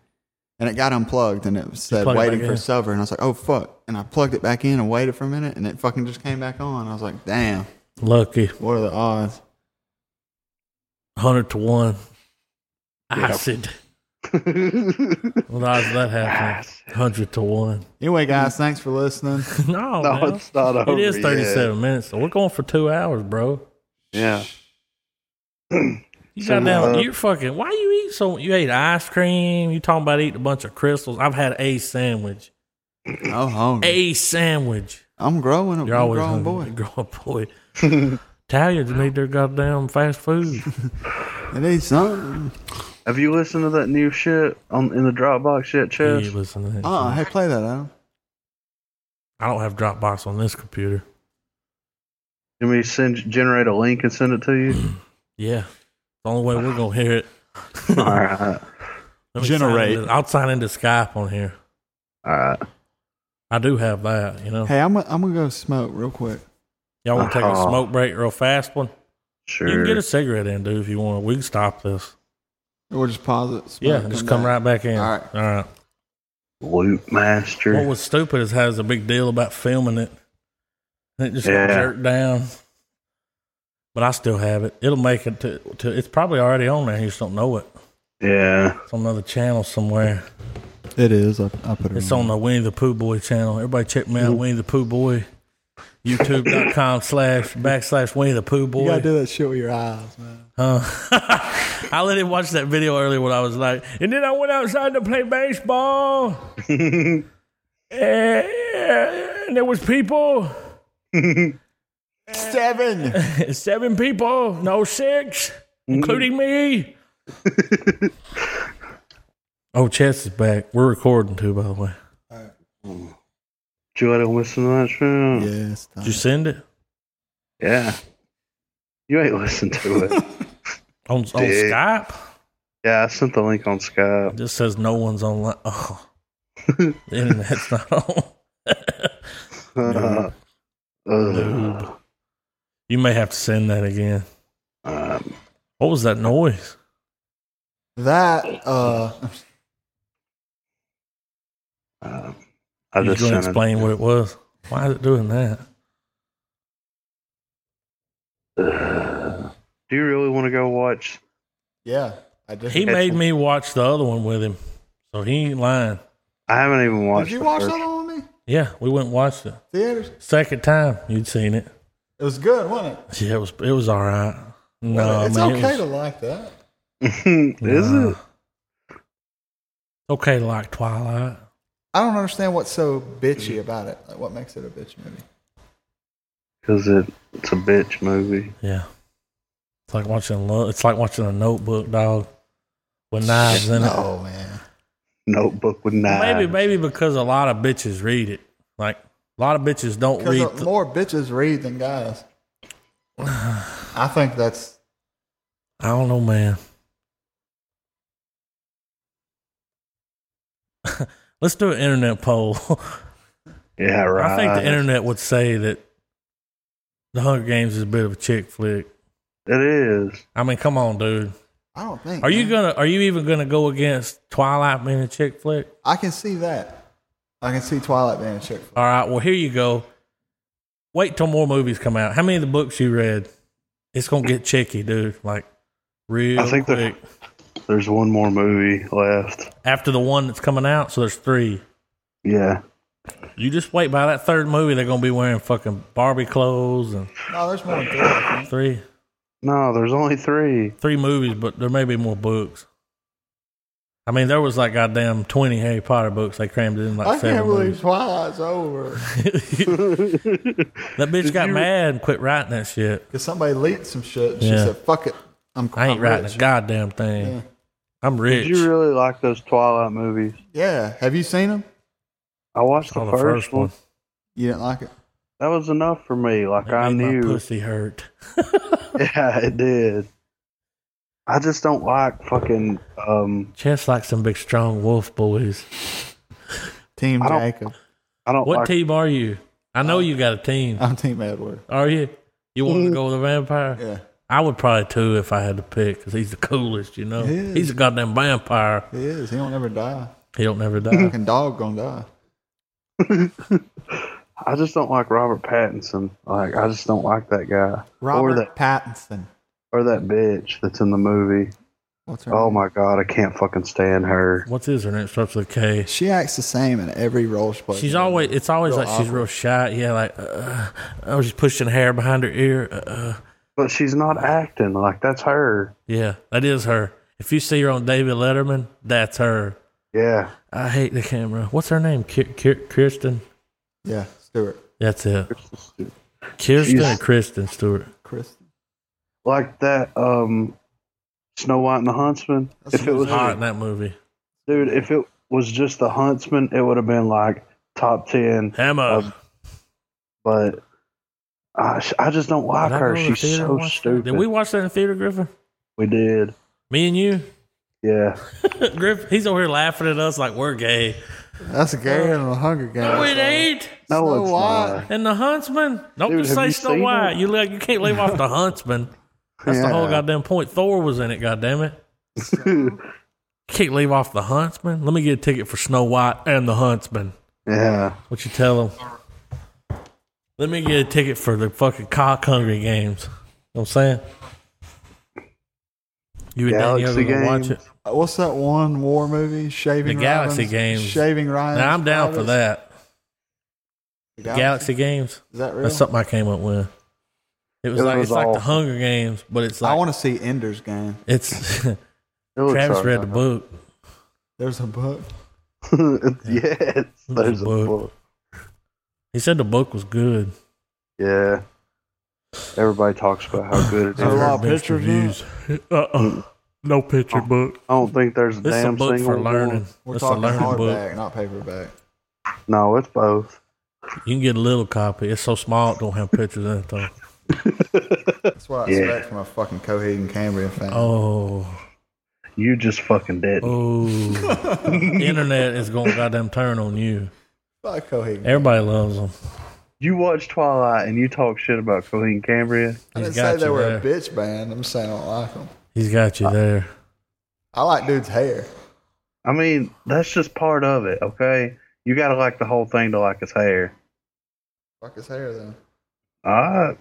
S2: and it got unplugged, and it said
S1: plugged it
S2: waiting
S1: back
S2: for
S1: in.
S2: server, and I was like, oh fuck, and I plugged it back in and waited for a minute, and it fucking just came back on. I was like, damn,
S1: Lucky,
S2: what are the odds?
S1: hundred to one. Acid. Oh, What odds of that
S4: Acid.
S1: happening? Hundred to one.
S2: Anyway, guys, thanks for listening.
S1: No,
S4: no,
S1: man.
S4: it's not over.
S1: It is
S4: yet.
S1: 37 minutes. So we're going for two hours, bro.
S4: Yeah.
S1: You
S4: So,
S1: got down.
S4: uh,
S1: you're fucking. Why you eat so? You ate ice cream. You talking about eating a bunch of crystals? I've had a sandwich.
S2: Oh, hungry.
S1: A sandwich.
S2: I'm growing. I'm
S1: You're always
S2: growing,
S1: hungry.
S2: boy.
S1: Growing boy. Italians need their goddamn fast food.
S2: It needs something.
S4: Have you listened to that new shit on in the Dropbox yet,
S1: Yeah,
S4: Chess?
S1: listen to that.
S2: Oh, hey, play that, Adam.
S1: I don't have Dropbox on this computer.
S4: Let me send generate a link and send it to you.
S1: Yeah, the only way we're gonna hear it.
S4: all right,
S1: Let me sign
S2: Generate.
S1: into- I'll sign into Skype on here.
S4: all right.
S1: I do have that. You know,
S2: Hey, I'm gonna, I'm gonna go smoke real quick.
S1: y'all want to take a
S4: Uh-huh.
S1: smoke break, real fast one.
S4: Sure.
S1: You can get a cigarette in, dude, if you want. We can stop this.
S2: Or just pause it. smoke,
S1: Yeah, just come
S2: back.
S1: right back in.
S2: All right.
S1: All right.
S4: Loop master.
S1: What was stupid is how there's a big deal about filming it. It just
S4: Yeah.
S1: got jerked down. But I still have it. It'll make it to, to it's probably already on there. You just don't know it.
S4: Yeah.
S1: It's on another channel somewhere.
S2: It is. I, I put it.
S1: It's on the Winnie the Pooh Boy channel. Everybody check me out, Winnie the Pooh Boy. YouTube.com slash backslash Winnie the Pooh
S2: You gotta
S1: Boy.
S2: do that shit with your eyes, man.
S1: I let him watch that video earlier when I was like, and then I went outside to play baseball. and, and there was people,
S2: Seven.
S1: seven people, no six,
S4: Mm.
S1: including me. oh, Chess is back. We're recording too, by the way.
S4: Did you let him listen to that show? Yeah.
S2: yes.
S1: Did you send it?
S4: You ain't listened to it.
S1: On, on
S4: Dick.
S1: Skype?
S4: yeah, I sent the link on Skype.
S1: It just says no one's online. Oh, the internet's not on.
S4: Uh, uh,
S1: You may have to send that again.
S4: um,
S1: What was that noise?
S2: That. Uh.
S4: um, I
S1: you going to
S4: just sent it.
S1: explain what it was? Why is it doing that?
S4: Do you really want to go watch?
S2: Yeah. I did.
S1: He
S4: That's-
S1: made me watch the other one with him, so he ain't lying.
S4: I haven't even watched.
S2: Did you
S4: the
S2: watch
S4: first-
S2: that on me?
S1: Yeah, we went and watched it.
S2: Theaters.
S1: Second time you'd seen it.
S2: It was good, wasn't it?
S1: Yeah, it was it was all right. No,
S2: it's
S1: I mean,
S2: okay
S1: it
S2: to
S1: was,
S2: like that.
S4: Is
S1: Nah.
S4: it?
S1: okay to like Twilight.
S2: I don't understand what's so bitchy about it. Like, what makes it a bitch movie?
S4: Because it, it's a bitch movie.
S1: Yeah, it's like watching Lo- it's like watching a Notebook, dog, with knives in it.
S2: No, man.
S4: Notebook with knives.
S1: Maybe maybe because a lot of bitches read it. Like a lot of bitches don't read.
S2: Because uh, more bitches read than guys. I think that's
S1: I don't know, man. Let's do an internet poll.
S4: Yeah, right.
S1: I think the internet would say that The Hunger Games is a bit of a chick flick.
S4: It is.
S1: I mean, come on, dude.
S2: I don't think.
S1: Are you
S2: man.
S1: gonna? Are you even gonna go against Twilight being a chick flick?
S2: I can see that. I can see Twilight being a chick. flick.
S1: All right. Well, here you go. Wait till more movies come out. How many of the books you read? It's gonna get chicky, dude. Like real
S4: I think
S1: quick.
S4: that there's one more movie left.
S1: After the one that's coming out, so there's three.
S4: Yeah.
S1: You just wait by that third movie. They're gonna be wearing fucking Barbie clothes and
S2: No, there's more. than three, I think.
S1: three
S4: No, there's only three.
S1: three movies, but there may be more books. I mean, there was like goddamn twenty Harry Potter books they crammed in like
S2: I can't
S1: seven
S2: believe
S1: movies.
S2: Twilight's over.
S1: That bitch got
S4: you-
S1: mad and quit writing that shit.
S2: Because somebody leaked some shit. And She
S1: Yeah.
S2: said, "Fuck it, I'm.
S1: I ain't
S2: I'm
S1: writing
S2: rich."
S1: a goddamn thing.
S2: Yeah.
S1: I'm
S4: Did
S1: rich.
S4: you really like those Twilight movies?
S2: Yeah. Have you seen them?
S4: I watched the,
S1: Saw
S4: first, one.
S2: You didn't like it.
S4: That was enough for me. Like
S1: It
S4: I
S1: made my
S4: knew.
S1: pussy hurt.
S4: Yeah, it did. I just don't like fucking. Um,
S1: Chest like some big strong wolf boys.
S2: Team
S4: I don't-
S2: Jacob.
S4: I don't
S1: What
S4: like.
S1: team are you? I know you got a team.
S2: I'm Team Edward.
S1: Are you? You want to go with a vampire?
S2: Yeah.
S1: I would probably too if I had to pick because he's the coolest, you know?
S2: He is.
S1: He's a goddamn vampire.
S2: He is. He don't ever die.
S1: He don't never die.
S2: Fucking dog gonna die.
S4: I just don't like Robert Pattinson. Like I just don't like that guy or
S2: Robert
S4: that
S2: Pattinson.
S4: or that bitch that's in the movie.
S2: What's her
S4: Oh
S2: name?
S4: my god, I can't fucking stand her.
S1: What's his her name? Starts with a K.
S2: She acts the same in every role she plays.
S1: She's always, it's always
S2: Real
S1: like she's
S2: awkward.
S1: real shy. Yeah, like, uh, oh, she's pushing hair behind her ear. Uh, uh.
S4: But she's not acting like that's her.
S1: Yeah, that is her. If you see her on David Letterman, that's her.
S4: Yeah,
S1: I hate the camera. What's her name? Ki- Ki- Kirsten?
S2: Yeah, Stewart.
S1: That's it. Kirsten
S4: She's-
S1: and Kristen Stewart.
S2: Chris.
S4: like that. Um, Snow White and the Huntsman.
S2: That's
S4: If it was
S1: Hot in that movie.
S4: dude, if it was just the Huntsman, it would have been like top ten.
S1: Emma.
S4: Um, But I, sh- I just don't like
S1: Did I
S4: her.
S1: go to the
S4: She's
S1: theater and
S4: so
S1: watch that?
S4: stupid.
S1: Did we watch that in the theater, Griffin?
S4: We did.
S1: Me and you?
S4: Yeah.
S1: Griff, he's over here laughing at us like we're gay.
S2: That's Gary in the Hunger Games.
S1: No, it ain't.
S4: No,
S2: Snow
S4: it's
S2: White.
S1: And the huntsman. Don't
S4: Dude,
S1: just
S4: have
S1: say
S4: you
S1: Snow
S4: seen it?
S1: White. You like you can't leave off the huntsman. That's the whole
S4: Yeah.
S1: goddamn point. Thor was in it. Goddamn it.
S4: not.
S1: Can't leave off the huntsman. Let me get a ticket for Snow White and the huntsman.
S4: yeah.
S1: What you tell him? Let me get a ticket for the fucking cock hungry games. You know what I'm saying? You and Danielle
S4: Galaxy
S1: gonna watch
S4: Games.
S1: it.
S2: What's that one war movie? Shaving
S1: The Galaxy
S2: Ryan's-
S1: Games.
S2: Shaving Ryan.
S1: Now I'm down for that.
S2: The
S1: Galaxy, Games.
S2: Is that real?
S1: That's something I came up with. It was
S4: It
S1: like
S4: was
S1: it's like the
S4: awful.
S1: Hunger Games, but it's
S2: I
S1: like
S2: want to see Ender's Game.
S1: it's
S4: It looks
S1: Travis
S4: like-
S1: read the book.
S2: There's a book.
S4: yes, there's a
S1: book.
S4: book.
S1: He said the book was good.
S4: Yeah. Everybody talks about how good it
S2: There's a
S4: is.
S2: lot
S4: I
S2: of
S1: Mixed
S2: pictures in
S1: reviews. Uh-uh. No picture book.
S4: don't think there's a
S1: This is a
S4: damn
S1: book
S4: single
S1: for learning.
S4: one.
S2: We're
S1: It's a
S2: talking
S1: learning book.
S2: hardback, not paperback.
S4: No, it's both.
S1: You can get a little copy. It's so small it don't have pictures in it though.
S2: That's what I
S4: Yeah.
S2: expect from a fucking Coheed and Cambria fan.
S1: Oh,
S4: You just fucking did. not
S1: oh. Internet is gonna goddamn turn on you.
S2: Fuck Coheed. and-
S1: Everybody loves them.
S4: You watch Twilight and you talk shit about Coheed and Cambria.
S2: I
S1: He's
S2: didn't
S1: got
S2: say they
S1: you
S2: were
S1: there.
S2: a Uh, bitch band. I'm just saying I don't like them.
S1: He's got you there.
S2: I like dude's hair.
S4: I mean, that's just part of it, okay? You gotta like the whole thing to like his hair.
S2: Fuck his hair then.
S4: Alright.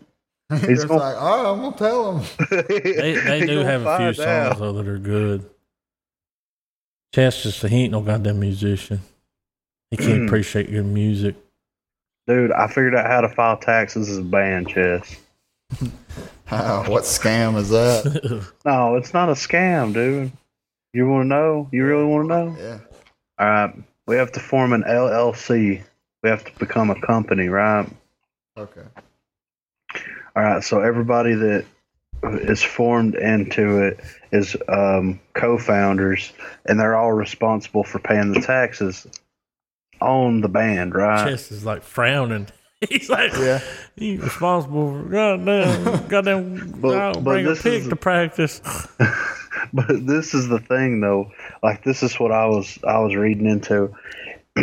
S2: He's
S4: gonna-
S2: like, all right, I'm gonna tell him.
S1: They they do have a few songs though that are good. Chess just he ain't no goddamn musician. He
S2: Mm.
S1: can't appreciate good music.
S4: Dude, I figured out how to file taxes as a band, Chess.
S2: How- Oh, what scam is that?
S4: No, it's not a scam, dude. You wanna know? You really wanna know?
S2: yeah.
S4: Alright. We have to form an LLC. We have to become a company, right?
S2: Okay.
S4: All right, so everybody that is formed into it is um, co-founders, and they're all responsible for paying the taxes on the band, right?
S1: Chess is like frowning. He's like,
S2: Yeah.
S1: you responsible for goddamn, goddamn,
S4: But-
S1: I'll
S4: but
S1: bring a
S4: this
S1: pig
S4: is-
S1: to practice.
S4: But this is the thing, though. Like this is what I was I was reading into.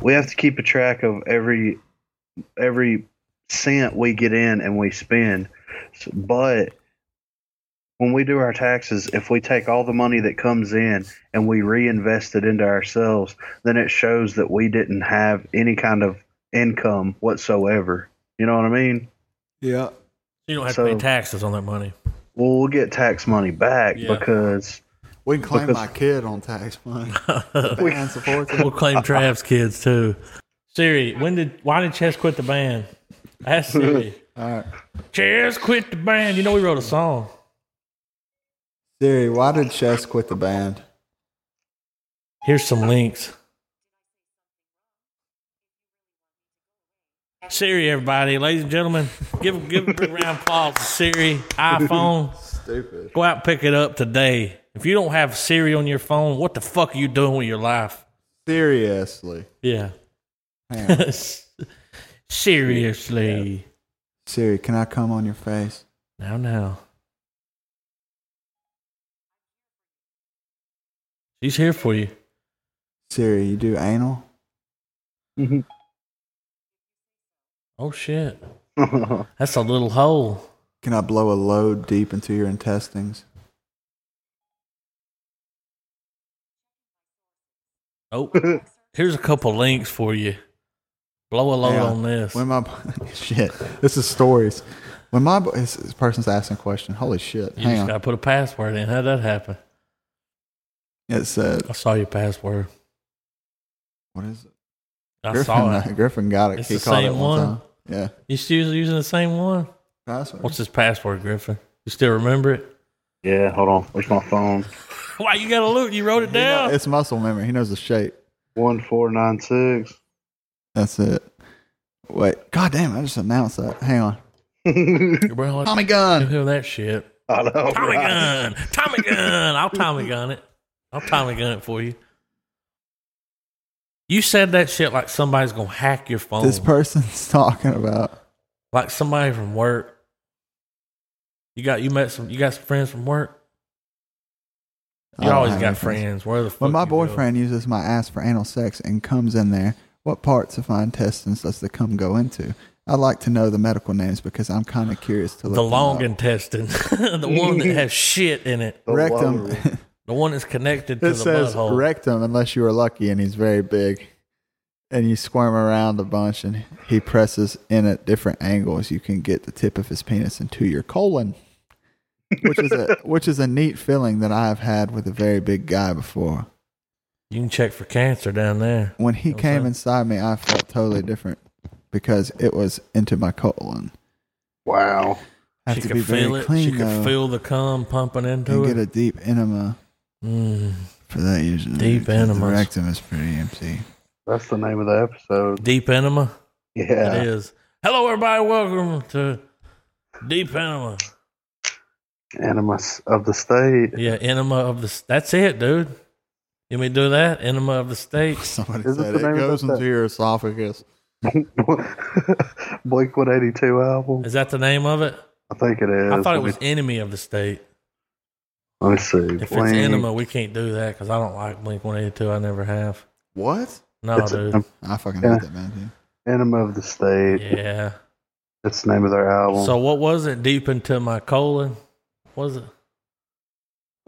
S4: we have to keep a track of every every cent we get in and we spend, S- but. When we do our taxes, if we take all the money that comes in and we reinvest it into ourselves, then it shows that we didn't have any kind of income whatsoever. You know what I mean?
S2: Yeah.
S1: You don't have to
S4: So-
S1: pay taxes on that money.
S4: Well, we'll get tax money back
S1: Yeah.
S4: because
S2: We can claim
S4: Because-
S2: my kid on tax money. The band supports
S1: We'll
S2: him.
S1: claim Trav's kids too. Siri, when did why did Chess quit the band? Ask Siri.
S2: All right.
S1: Chess quit the band. You know we wrote a song.
S2: Siri, why did Chess quit the band?
S1: Here's some links. Siri, everybody, ladies and gentlemen, give give a big round of applause to Siri. iPhone,
S2: Stupid.
S1: go out and pick it up today. If you don't have Siri on your phone, what the fuck are you doing with your life?
S2: Seriously.
S1: Yeah,
S2: Hang on.
S1: seriously.
S2: Siri, can I come on your face?
S1: Now, now. She's here for you.
S2: Siri, you do anal?
S1: Oh shit, that's a little hole.
S2: Can I blow a load deep into your intestines?
S1: Oh, here's a couple links for you. Blow a load
S2: Yeah.
S1: on this.
S2: When my shit, this is stories. When my this this person's asking a question, holy shit!
S1: You
S2: hang
S1: just
S2: on,
S1: gotta put a password in. How'd that happen?
S2: it said
S1: I saw your password.
S2: what is it?
S1: I
S2: Griffin,
S1: saw it.
S2: Griffin got it.
S1: It's
S2: he
S1: the
S2: caught
S1: same
S2: it
S1: one.
S2: one, time. Yeah,
S1: You still using the same one?
S2: password.
S1: What's his password, Griffin? You still remember it?
S4: yeah, hold on. Where's my phone?
S1: Why you gotta look? You wrote it down.
S2: It's muscle memory. He knows the shape.
S4: One four nine six.
S2: That's it. Wait, god damn! I just announced that. Hang on,
S1: Bro, I
S2: Tommy
S1: don't
S2: gun.
S1: hear that shit.
S4: I know.
S1: Tommy gun,
S4: right?
S1: Tommy gun. I'll Tommy gun it. I'll Tommy gun it for you. You said that shit like somebody's gonna hack your phone.
S2: This person's talking about.
S1: like somebody from work. You got you met some you got some friends from work.
S2: I
S1: You
S2: don't
S1: always
S2: have
S1: got
S2: any friends.
S1: friends. Where the fuck?
S2: When my
S1: you go?
S2: boyfriend uses my ass for anal sex and comes in there, what parts of my intestines does the cum go into? I'd like to know the medical names because I'm kind of curious to look
S1: the
S2: them
S1: long
S2: up.
S1: intestine, the one that has shit in it,
S4: The
S2: rectum.
S4: lower.
S1: the one that's connected to
S2: it
S1: the
S2: says
S1: butthole.
S2: rectum unless you are lucky and he's very big, and you squirm around a bunch and he presses in at different angles. You can get the tip of his penis into your colon. which is a which is a neat feeling that I have had with a very big guy before.
S1: You can check for cancer down there.
S2: When he
S1: That was
S2: came
S1: it.
S2: inside me, I felt totally different because it was into my colon.
S4: Wow.
S2: I have
S1: she
S2: to
S1: could
S2: be very
S1: feel it.
S2: clean
S1: she
S2: though,
S1: could feel the cum pumping into
S2: and
S1: it.
S2: get a deep enema
S1: mm,
S2: for that usually.
S1: Deep
S2: because The
S1: enemas.
S2: rectum is pretty empty.
S4: That's the name of the episode.
S1: deep enema. It
S4: Yeah.
S1: is. Hello, everybody. Welcome to Deep Enema.
S4: Animus of the State.
S1: Yeah, enema of the. s- That's it, dude. You mean do that? Enema of the states.
S2: Somebody
S4: Is it
S2: said
S4: the
S2: it
S4: name of
S2: goes
S4: that-
S2: into your esophagus.
S4: Blink 182 album.
S1: Is that the name of it?
S4: I think it is.
S1: I thought it
S4: Let me-
S1: was enemy of the state.
S4: Let me see.
S1: If it's
S4: Blink.
S1: enema, we can't do that because I don't like Blink One Eighty Two. I never have.
S2: What?
S1: No,
S4: It's
S1: dude.
S4: um,
S2: I fucking
S4: Yeah.
S2: hate that man. Dude.
S4: Enema of the State.
S1: yeah.
S4: That's the name of their album.
S1: So what was it? Deep into my colon. Was it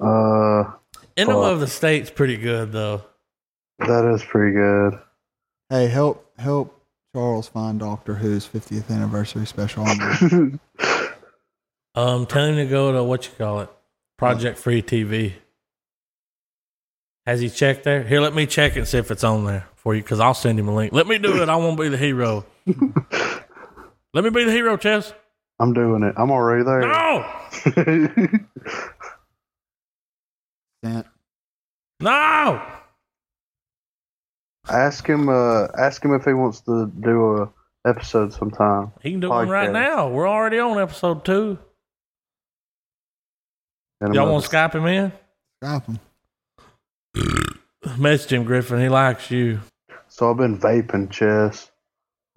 S4: uh,
S1: enema
S4: Fuck.
S1: of the state's pretty good though.
S4: that is pretty good.
S2: Hey, help help Charles find Doctor Who's 50th anniversary special. on there.
S1: Um, tell him to go to what you call it, Project Free TV. Has he checked there? Here, let me check and see if it's on there for you, because I'll send him a link. Let me do it. I won't be the hero. let me be the hero, Chess.
S4: I'm doing it. I'm already there.
S1: No,
S2: Sent.
S1: no.
S4: ask him. Uh, ask him if he wants to do a episode sometime.
S1: He can do one right
S4: Podcast.
S1: now. We're already on episode two.
S4: Enema
S1: Y'all
S4: of
S1: want
S4: the-
S1: to Skype him in?
S2: Stop him.
S1: Message him, Griffin. He likes you.
S4: So I've been vaping, Chess.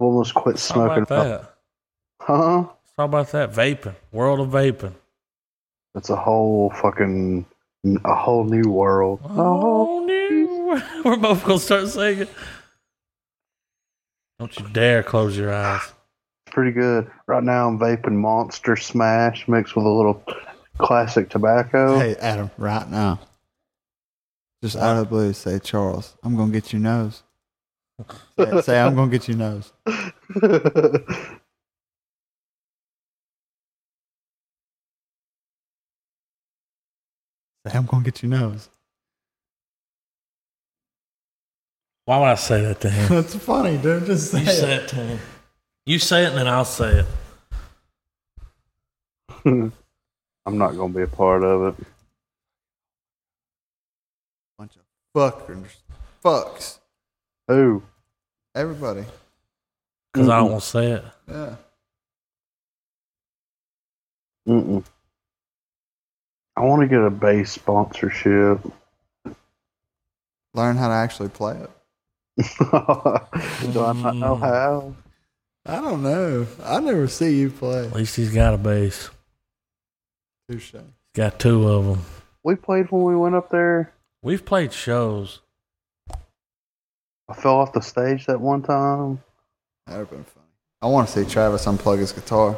S4: I've almost quit
S1: How
S4: smoking.
S1: about that?
S4: Huh?
S1: How about that? Vaping. World of vaping.
S4: It's a whole fucking, a whole new world.
S1: Oh, no. We're both going to start singing. Don't you dare close your eyes.
S4: It's pretty good. Right now, I'm vaping Monster Smash mixed with a little classic tobacco.
S2: Hey, Adam, right now. Just out of the blue, say, Charles, I'm going to get your nose. say, say, I'm going to get your nose. Say, I'm going to get your nose.
S1: Why would I say that to him?
S2: That's funny, dude. Just say
S1: You say
S2: it.
S1: it to him. You say it and then I'll say it.
S4: I'm not going to be a part of it.
S2: Bunch of fuckers. Fucks.
S4: Who?
S2: Everybody.
S1: Because I don't want to say it.
S2: Yeah.
S4: Mm-mm. I want to get a bass sponsorship.
S2: Learn how to actually play it.
S4: Do I not know
S1: Mm.
S4: how?
S2: I don't know. I never see you play.
S1: At least he's got a base. He's
S2: Touche.
S1: got two of them.
S4: We played when we went up there.
S1: We've played shows.
S4: I fell off the stage that one time.
S2: That would have been funny. I want to see Travis unplug his guitar.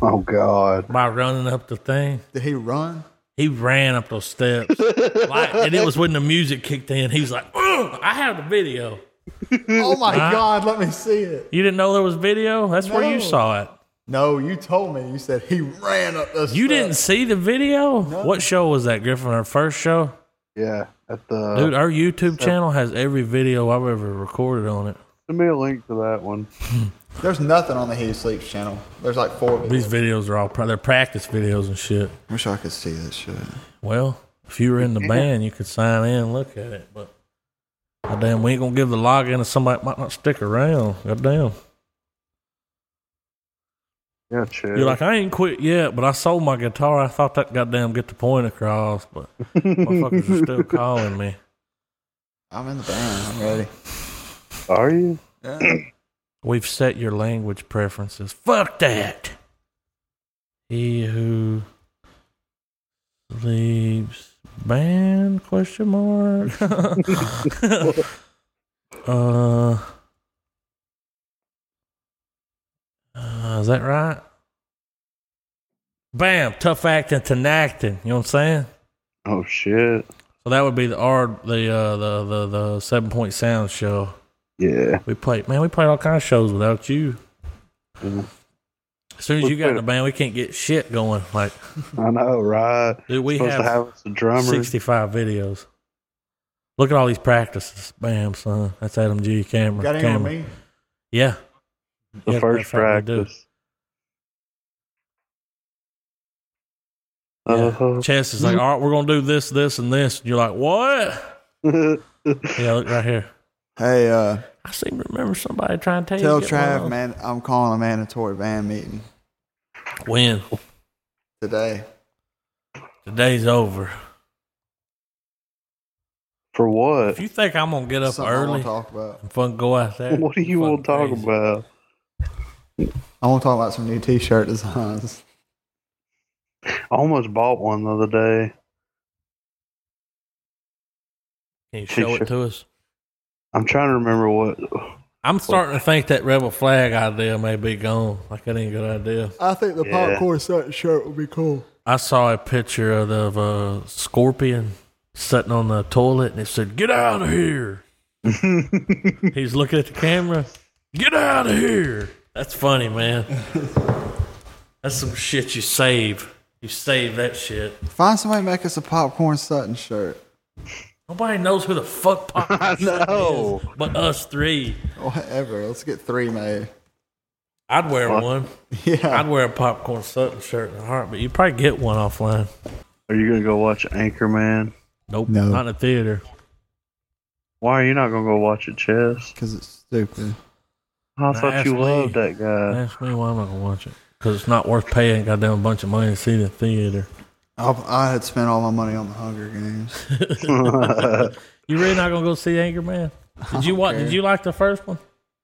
S4: Oh, God.
S1: By running up the thing,
S2: Did he run?
S1: he ran up those steps. like, and it was when the music kicked in. He was like, "Ugh, I have the video.
S2: Oh my
S1: Huh?
S2: God, let me see it.
S1: You didn't know there was video? That's where you
S2: No.
S1: saw it.
S2: No, you told me. You said he ran up the
S1: You didn't
S2: steps.
S1: see the video? What show was that, Griffin? Our first show?
S4: Yeah, at the
S1: Dude, our YouTube channel has every video I've ever recorded on it.
S4: Send me a link to that one.
S2: There's nothing on the He Who Sleeps channel. There's like four
S1: These
S2: videos.
S1: videos are all pra- they're practice videos and shit.
S2: Wish I could see that shit.
S1: Well, if you were in the band, you could sign in and look at it. But goddamn, we ain't gonna give the login to somebody that might not stick around. Goddamn,
S4: Yeah, chill.
S1: you're like I ain't quit yet, but I sold my guitar. I thought that goddamn get the point across, but motherfuckers are still calling me.
S2: I'm in the band. I'm ready.
S4: Are you?
S1: We've set your language preferences. Fuck that. He who sleeps band question mark. uh, uh, is that right? Bam, tough acting to acting. You know what I'm saying?
S4: Oh shit.
S1: So that would be the R, the uh, the the the seven point sound show.
S4: Yeah. Mm-hmm.
S1: We played, man. We played all kinds of shows without you. As soon as you got in the band, we can't get shit going. Like,
S4: I know, right?
S1: dude, we
S4: Supposed
S1: have,
S4: to have us a drummer.
S1: 65 videos. Look at all these practices. Bam, son. That's Adam G. Camera.
S2: Got any on
S1: camera.
S2: me?
S1: Yeah.
S4: the
S1: Yeah, that's
S4: first
S1: how we do it.
S4: practice. Uh, Uh-huh.
S1: Yeah. Chess is like, all right, we're going to do this, this, and this. And you're like, what?
S4: Uh-huh.
S1: Yeah, look right here.
S2: Hey, uh,
S1: I seem to remember somebody trying to tell you.
S2: tell
S1: to get one of
S2: Trav,
S1: those.
S2: man, I'm calling a mandatory band meeting
S1: When?
S2: today.
S1: Today's over.
S4: For what?
S1: If you think I'm going to get up
S2: Something I
S1: early
S2: want to talk about.
S1: and fun go out there.
S4: What do you
S1: fucking
S4: want to talk
S1: crazy.
S4: about?
S2: I want to talk about some new T-shirt designs.
S4: I almost bought one the other day.
S1: Can you show it to us?
S4: I'm trying to remember what.
S1: I'm starting to think that rebel flag idea may be gone. Like that ain't a good idea.
S2: I think the
S4: Yeah.
S2: popcorn set shirt would be cool.
S1: I saw a picture of, the- of a scorpion sitting on the toilet, and it said, "Get out of here." He's looking at the camera. Get out of here. That's funny, man. That's some shit you save. You save that shit.
S2: Find somebody to make us a popcorn Sutton shirt.
S1: Nobody knows who the fuck Pop
S4: I know.
S1: but us three.
S2: Whatever. Let's get three made.
S1: I'd wear one. I'd
S2: Yeah.
S1: wear a popcorn Sutton shirt in a heart, but you probably get one offline.
S4: Are you gonna go watch Anchorman?
S1: Nope.
S2: No.
S1: Not in the theater.
S4: Why are you not gonna go watch it, Chess?
S2: Because it's stupid.
S4: I thought
S1: ask
S4: you
S1: me.
S4: loved that guy.
S1: Ask me why I'm not gonna watch it. Because it's not worth paying a goddamn bunch of money to see it in the theater.
S2: I'll, I had spent all my money on the Hunger Games.
S1: You really not gonna go see Anger Man? Did you what? Did
S2: care.
S1: you like the first one?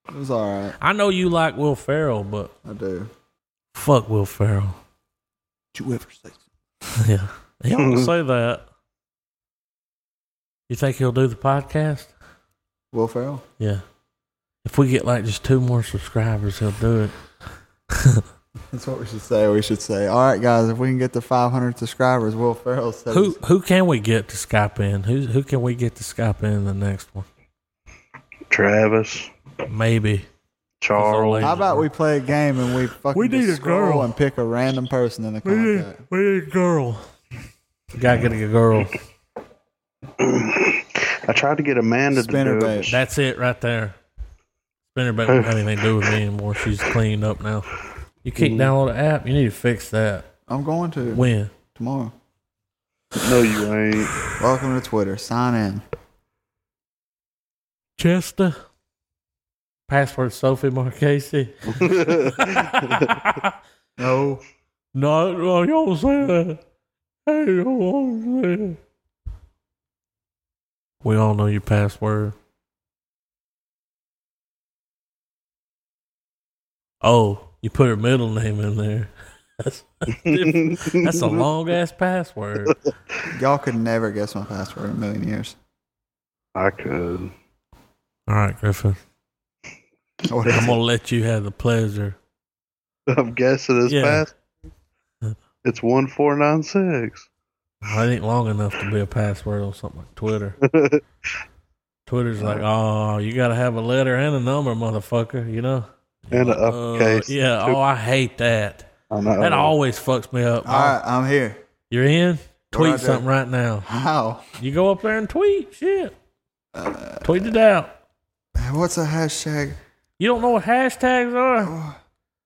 S2: It was all right.
S1: I know you like Will Ferrell, but
S2: I do.
S1: fuck Will Ferrell.
S2: Did you ever say
S1: yeah, he don't say that. You think he'll do the podcast?
S2: Will Ferrell?
S1: Yeah. If we get like just two more subscribers, he'll do it.
S2: That's what we should say. We should say, all right, guys, if we can get to 500 subscribers, Will Ferrell says.
S1: Who who can we get to Skype in? Who who can we get to Skype in the next one?
S4: Travis,
S1: Maybe.
S4: Charles.
S2: How about we play a game and we fucking
S1: We
S2: we
S1: need a
S2: scroll
S1: girl.
S2: and pick a random person in the contact?
S1: we need a girl. We gotta get a girl.
S4: I tried to get Amanda
S2: Spinner
S4: to do
S2: bait.
S4: it.
S1: That's it right there. Spinner bet won't have anything to do with me anymore. She's cleaned up now. You can't download an app. You need to fix that.
S2: I'm going to
S1: When?
S2: tomorrow.
S4: No, you ain't.
S2: Welcome to Twitter. Sign in.
S1: Chester. Password Sophie Marchese.
S2: No.
S1: No, no, you don't say that. Hey, you don't say that. We all know your password. Oh, you put her middle name in there. That's, that's a long ass password.
S2: Y'all could never guess my password in a million years.
S4: I could.
S1: All right, Griffin.
S2: What
S1: I'm
S2: is it?
S1: gonna let you have the pleasure.
S4: I'm guessing it's
S1: Yeah.
S4: fast. It's one four nine six.
S1: It ain't long enough to be a password on something like Twitter. Twitter's like, oh, you gotta have a letter and a number, motherfucker. You know.
S4: And an
S1: Uh,
S4: uppercase.
S1: yeah. Oh, I hate that.
S4: I know.
S1: That always fucks me up.
S2: All right, I'm here.
S1: You're in. Tweet
S2: I do?
S1: something right now.
S2: How?
S1: You go up there and tweet. Shit. tweet it out.
S2: What's a hashtag?
S1: You don't know what hashtags are.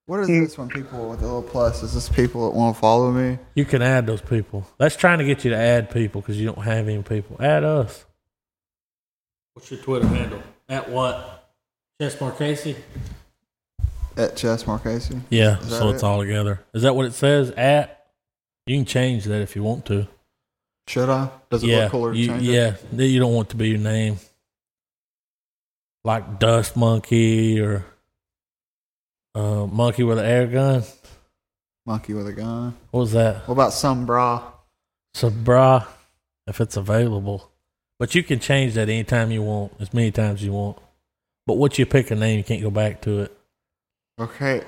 S2: What is
S1: Hmm.
S2: this when people with the little plus? Is this people that want to follow me?
S1: You can add those people. That's trying to get you to add people because you don't have any people. Add us. What's your Twitter handle? At what? Chess Marchese?
S2: At Chess Marcasi?
S1: Yeah,
S2: Is
S1: so
S2: that
S1: it's
S2: it?
S1: all together. Is that what it says? At you can change that if you want to.
S2: Should I? Does it
S1: yeah,
S2: look cooler to
S1: you,
S2: change it?
S1: yeah. that You don't want to be your name, like Dust Monkey or uh, Monkey with an air gun.
S2: Monkey with a gun.
S1: What was that?
S2: What about some bra?
S1: Sabra, if it's available. But you can change that anytime you want, as many times you want. But once you pick a name, you can't go back to it.
S2: Okay.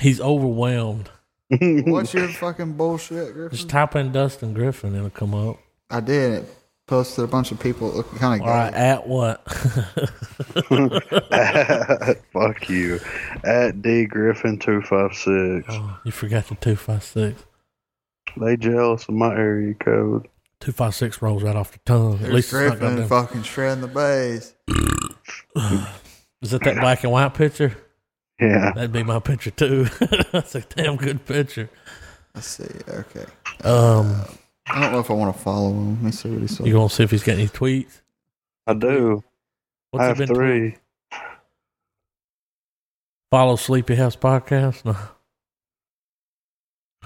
S1: He's overwhelmed.
S2: What's your fucking bullshit, Griffin?
S1: Just type in Dustin Griffin, it'll come up.
S2: I did. It posted a bunch of people that look kind of
S1: All right,
S2: gay.
S1: at what?
S4: Fuck Fuck you. At D Griffin two five six.
S1: Oh, you forgot the 256.
S4: They jealous of my area code.
S1: 256 rolls right off the tongue. At
S2: Here's
S1: least it's not
S2: Griffin
S1: goddamn-
S2: fucking shredding the base.
S1: Is it that black and white picture?
S4: Yeah.
S1: That'd be my picture too. That's a damn good picture.
S2: Let's see. Okay.
S1: Um,
S2: I don't know if I want to follow him. Let me see what he said.
S1: you gonna see if he's got any tweets?
S4: I do. I have
S1: tweeting?
S4: three.
S1: Follow Sleepy House podcast. No.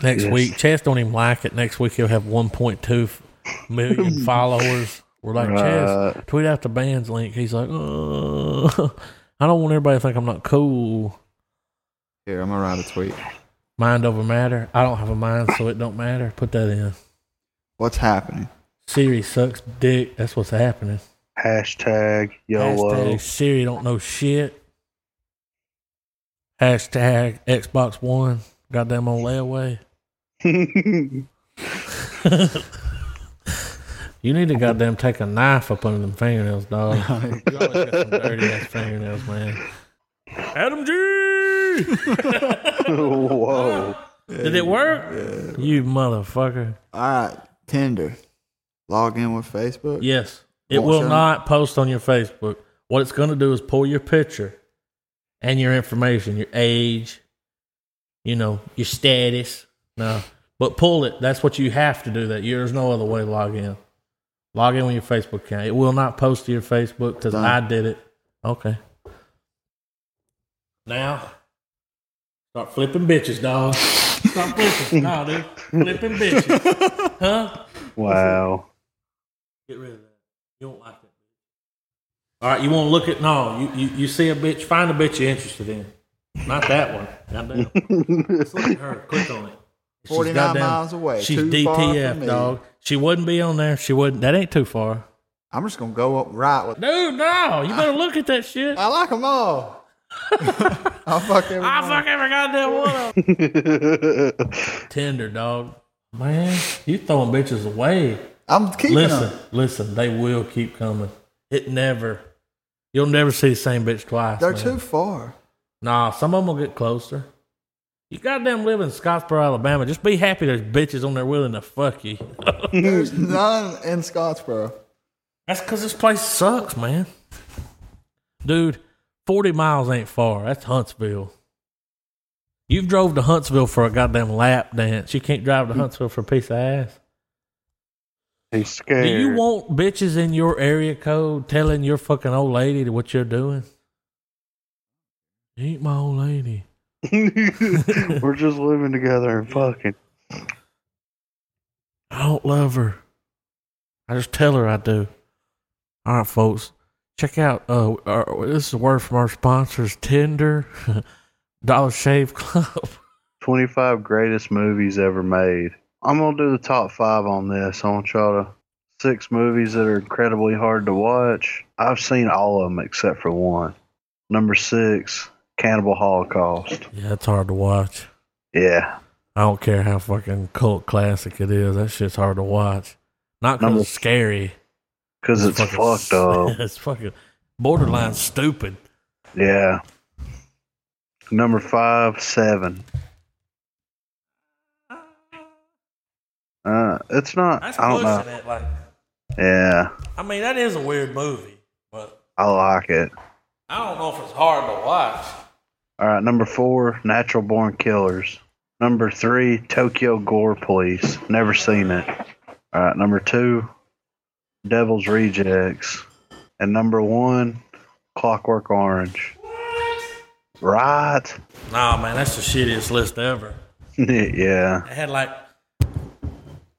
S1: Next
S4: Yes.
S1: week, Chaz don't even like it. Next week he'll have 1.2 f- million followers. We're like, Chaz,
S4: Right.
S1: tweet out the band's link. He's like, "Uh, I don't want everybody to think I'm not cool.
S2: Here, I'm gonna write a tweet.
S1: Mind over matter. I don't have a mind, so it don't matter. Put that in.
S2: What's happening?
S1: Siri sucks dick. That's what's happening.
S4: Hashtag YOLO.
S1: Hashtag Siri don't know shit. Hashtag Xbox One. Goddamn on layaway. You need to goddamn take a knife up under them fingernails, dog. you always got some dirty ass fingernails, man. Adam G!
S4: Whoa.
S1: Did it work? You motherfucker.
S2: All right, Tinder. Log in with Facebook.
S1: Yes. It
S2: What,
S1: will
S2: son?
S1: not post on your Facebook. What it's going to do is pull your picture and your information, your age, you know, your status. No. But pull it. That's what you have to do. That there's no other way to log in. Log in with your Facebook account. It will not post to your Facebook because
S2: Done.
S1: I did it. Okay. Now, start flipping bitches, dog. Start flipping, nah, dude. Flipping bitches, huh?
S4: Wow.
S1: Get rid of that. You don't like that. All right, you want to look at no? You, you you see a bitch? Find a bitch you're interested in. Not that one. Goddamn. Just look at her. Click on it. She's
S2: 49
S1: goddamn-
S2: miles away.
S1: She's
S2: Too far from
S1: DTF
S2: me.
S1: dog. She wouldn't be on there. She wouldn't. That ain't too far.
S2: I'm just gonna go up right with.
S1: Dude, no. You better look at that shit.
S2: I like them all. I'll fuck everyone.
S1: I fuck every goddamn one of them. Tinder dog. Man, you throwing bitches away.
S2: I'm keeping
S1: Listen,
S2: them.
S1: listen. They will keep coming. It never. You'll never see the same bitch twice.
S2: They're
S1: man.
S2: too far.
S1: Nah, some of them will get closer. You goddamn live in Scottsboro, Alabama. Just be happy there's bitches on there willing to fuck you.
S2: There's none in Scottsboro.
S1: That's because this place sucks, man. Dude, 40 miles ain't far. That's Huntsville. You've drove to Huntsville for a goddamn lap dance. You can't drive to Huntsville for a piece of ass.
S4: He's
S1: Do you
S4: scared.
S1: want bitches in your area code telling your fucking old lady what you're doing? You ain't my old lady.
S4: We're just living together and fucking.
S1: I don't love her. I just tell her I do. All right, folks. Check out. Uh, our, this is a word from our sponsors: Tinder, Dollar Shave Club.
S4: 25 greatest movies ever made. I'm going to do the top five on this. I want y'all to. Six movies that are incredibly hard to watch. I've seen all of them except for one. Number six, Cannibal Holocaust.
S1: yeah, it's hard to watch.
S4: Yeah.
S1: I don't care how fucking cult classic it is. That shit's hard to watch. Not because
S4: Number-
S1: it's scary.
S4: Because it's fucked up.
S1: it's fucking borderline stupid.
S4: Yeah. Number five, seven. Uh, it's not.
S1: That's
S4: I don't know.
S1: pushing it. Like,
S4: Yeah,
S1: I mean, that is a weird movie, but
S4: I like it.
S1: I don't know if it's hard to watch.
S4: All right, number four, Natural Born Killers. Number three, Tokyo Gore Police. Never seen it. All right, number two, Devil's Rejects. And number one, Clockwork Orange. Right?
S1: Nah, man, that's the shittiest list ever.
S4: yeah,
S1: I had like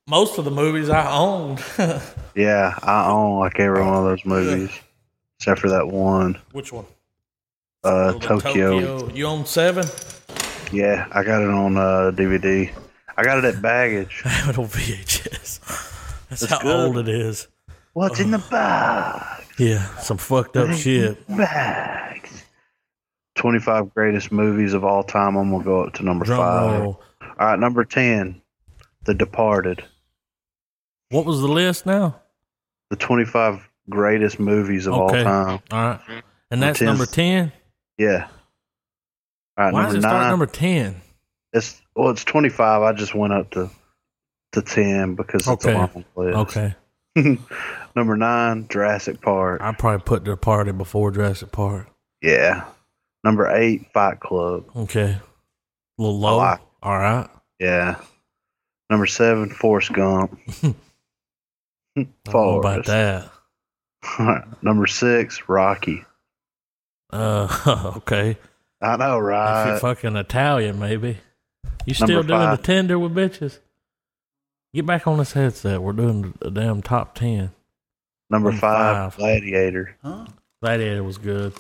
S1: most of the movies I owned,
S4: yeah. I own like every one of those movies, except for that one,
S1: which one?
S4: uh,
S1: Oh, the
S4: Tokyo.
S1: Tokyo. You own seven?
S4: Yeah, I got it on uh, DVD. I got it at Baggage.
S1: I have it on VHS. That's, how
S4: good.
S1: old it is.
S4: What's in the bag?
S1: Yeah, some fucked up shit.
S4: Bags. 25 greatest movies of all time. I'm going to go up to number
S1: Drum
S4: five.
S1: roll.
S4: All right, number 10, The Departed.
S1: What was the list now?
S4: The 25 greatest movies of all
S1: Okay.
S4: time.
S1: All right, and that's
S4: Number
S1: number ten.
S4: Yeah. All right,
S1: Why
S4: number
S1: does it start
S4: nine.
S1: at number 10?
S4: It's well, it's twenty five. I just went up to to ten because it's
S1: Okay.
S4: a long list.
S1: Okay.
S4: Number nine, Jurassic Park.
S1: I probably put the party before Jurassic Park.
S4: Yeah. Number eight, Fight Club.
S1: Okay. A little low.
S4: like-
S1: All right.
S4: Yeah. Number seven, Forrest Gump.
S1: I don't know about
S4: Forrest.
S1: that.
S4: Number six, Rocky.
S1: Uh, okay.
S4: I know,
S1: if
S4: right?
S1: you're fucking Italian, maybe. You still
S4: Uh, number
S1: doing
S4: five.
S1: the tender with bitches? Get back on this headset. We're doing the damn top 10.
S4: Number
S1: number
S4: five,
S1: five.
S4: Gladiator.
S2: Huh?
S1: Gladiator was good.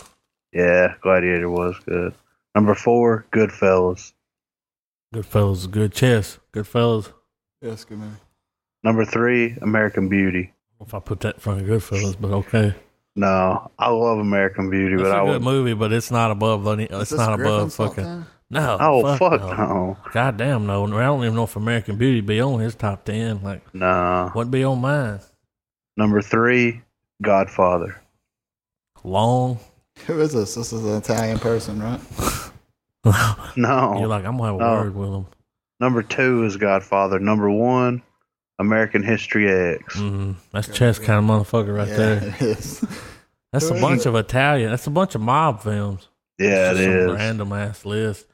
S4: Yeah, Gladiator was good. Number four, Goodfellas.
S1: Goodfellas is good. Chess. Goodfellas.
S2: Yeah, that's a good movie.
S4: Number three, American Beauty.
S1: If I put that in front of Goodfellas, but okay.
S4: No, I love American Beauty,
S1: It's
S4: but I
S1: a good
S4: would.
S1: movie, but it's not above any.
S2: Is
S1: It's
S2: this
S1: not above
S2: Griffin's top
S1: fucking.
S2: 10?
S1: No.
S4: Oh, fuck,
S1: no.
S4: no.
S1: God damn no. I don't even know if American Beauty be on his top ten. Like
S4: No.
S1: wouldn't be on mine.
S4: Number three, Godfather.
S1: Long.
S2: Who is this? This is an Italian person, right?
S4: No.
S1: You're like, I'm gonna have a
S4: No.
S1: word with him.
S4: Number two is Godfather. Number one, American History X.
S1: Mm, that's chess kind of motherfucker right
S2: yeah,
S1: there.
S2: it is.
S1: That's a
S2: Who is
S1: bunch
S2: it?
S1: of Italian. That's a bunch of mob films.
S4: Yeah, it
S1: Just some
S4: is.
S1: Random ass list.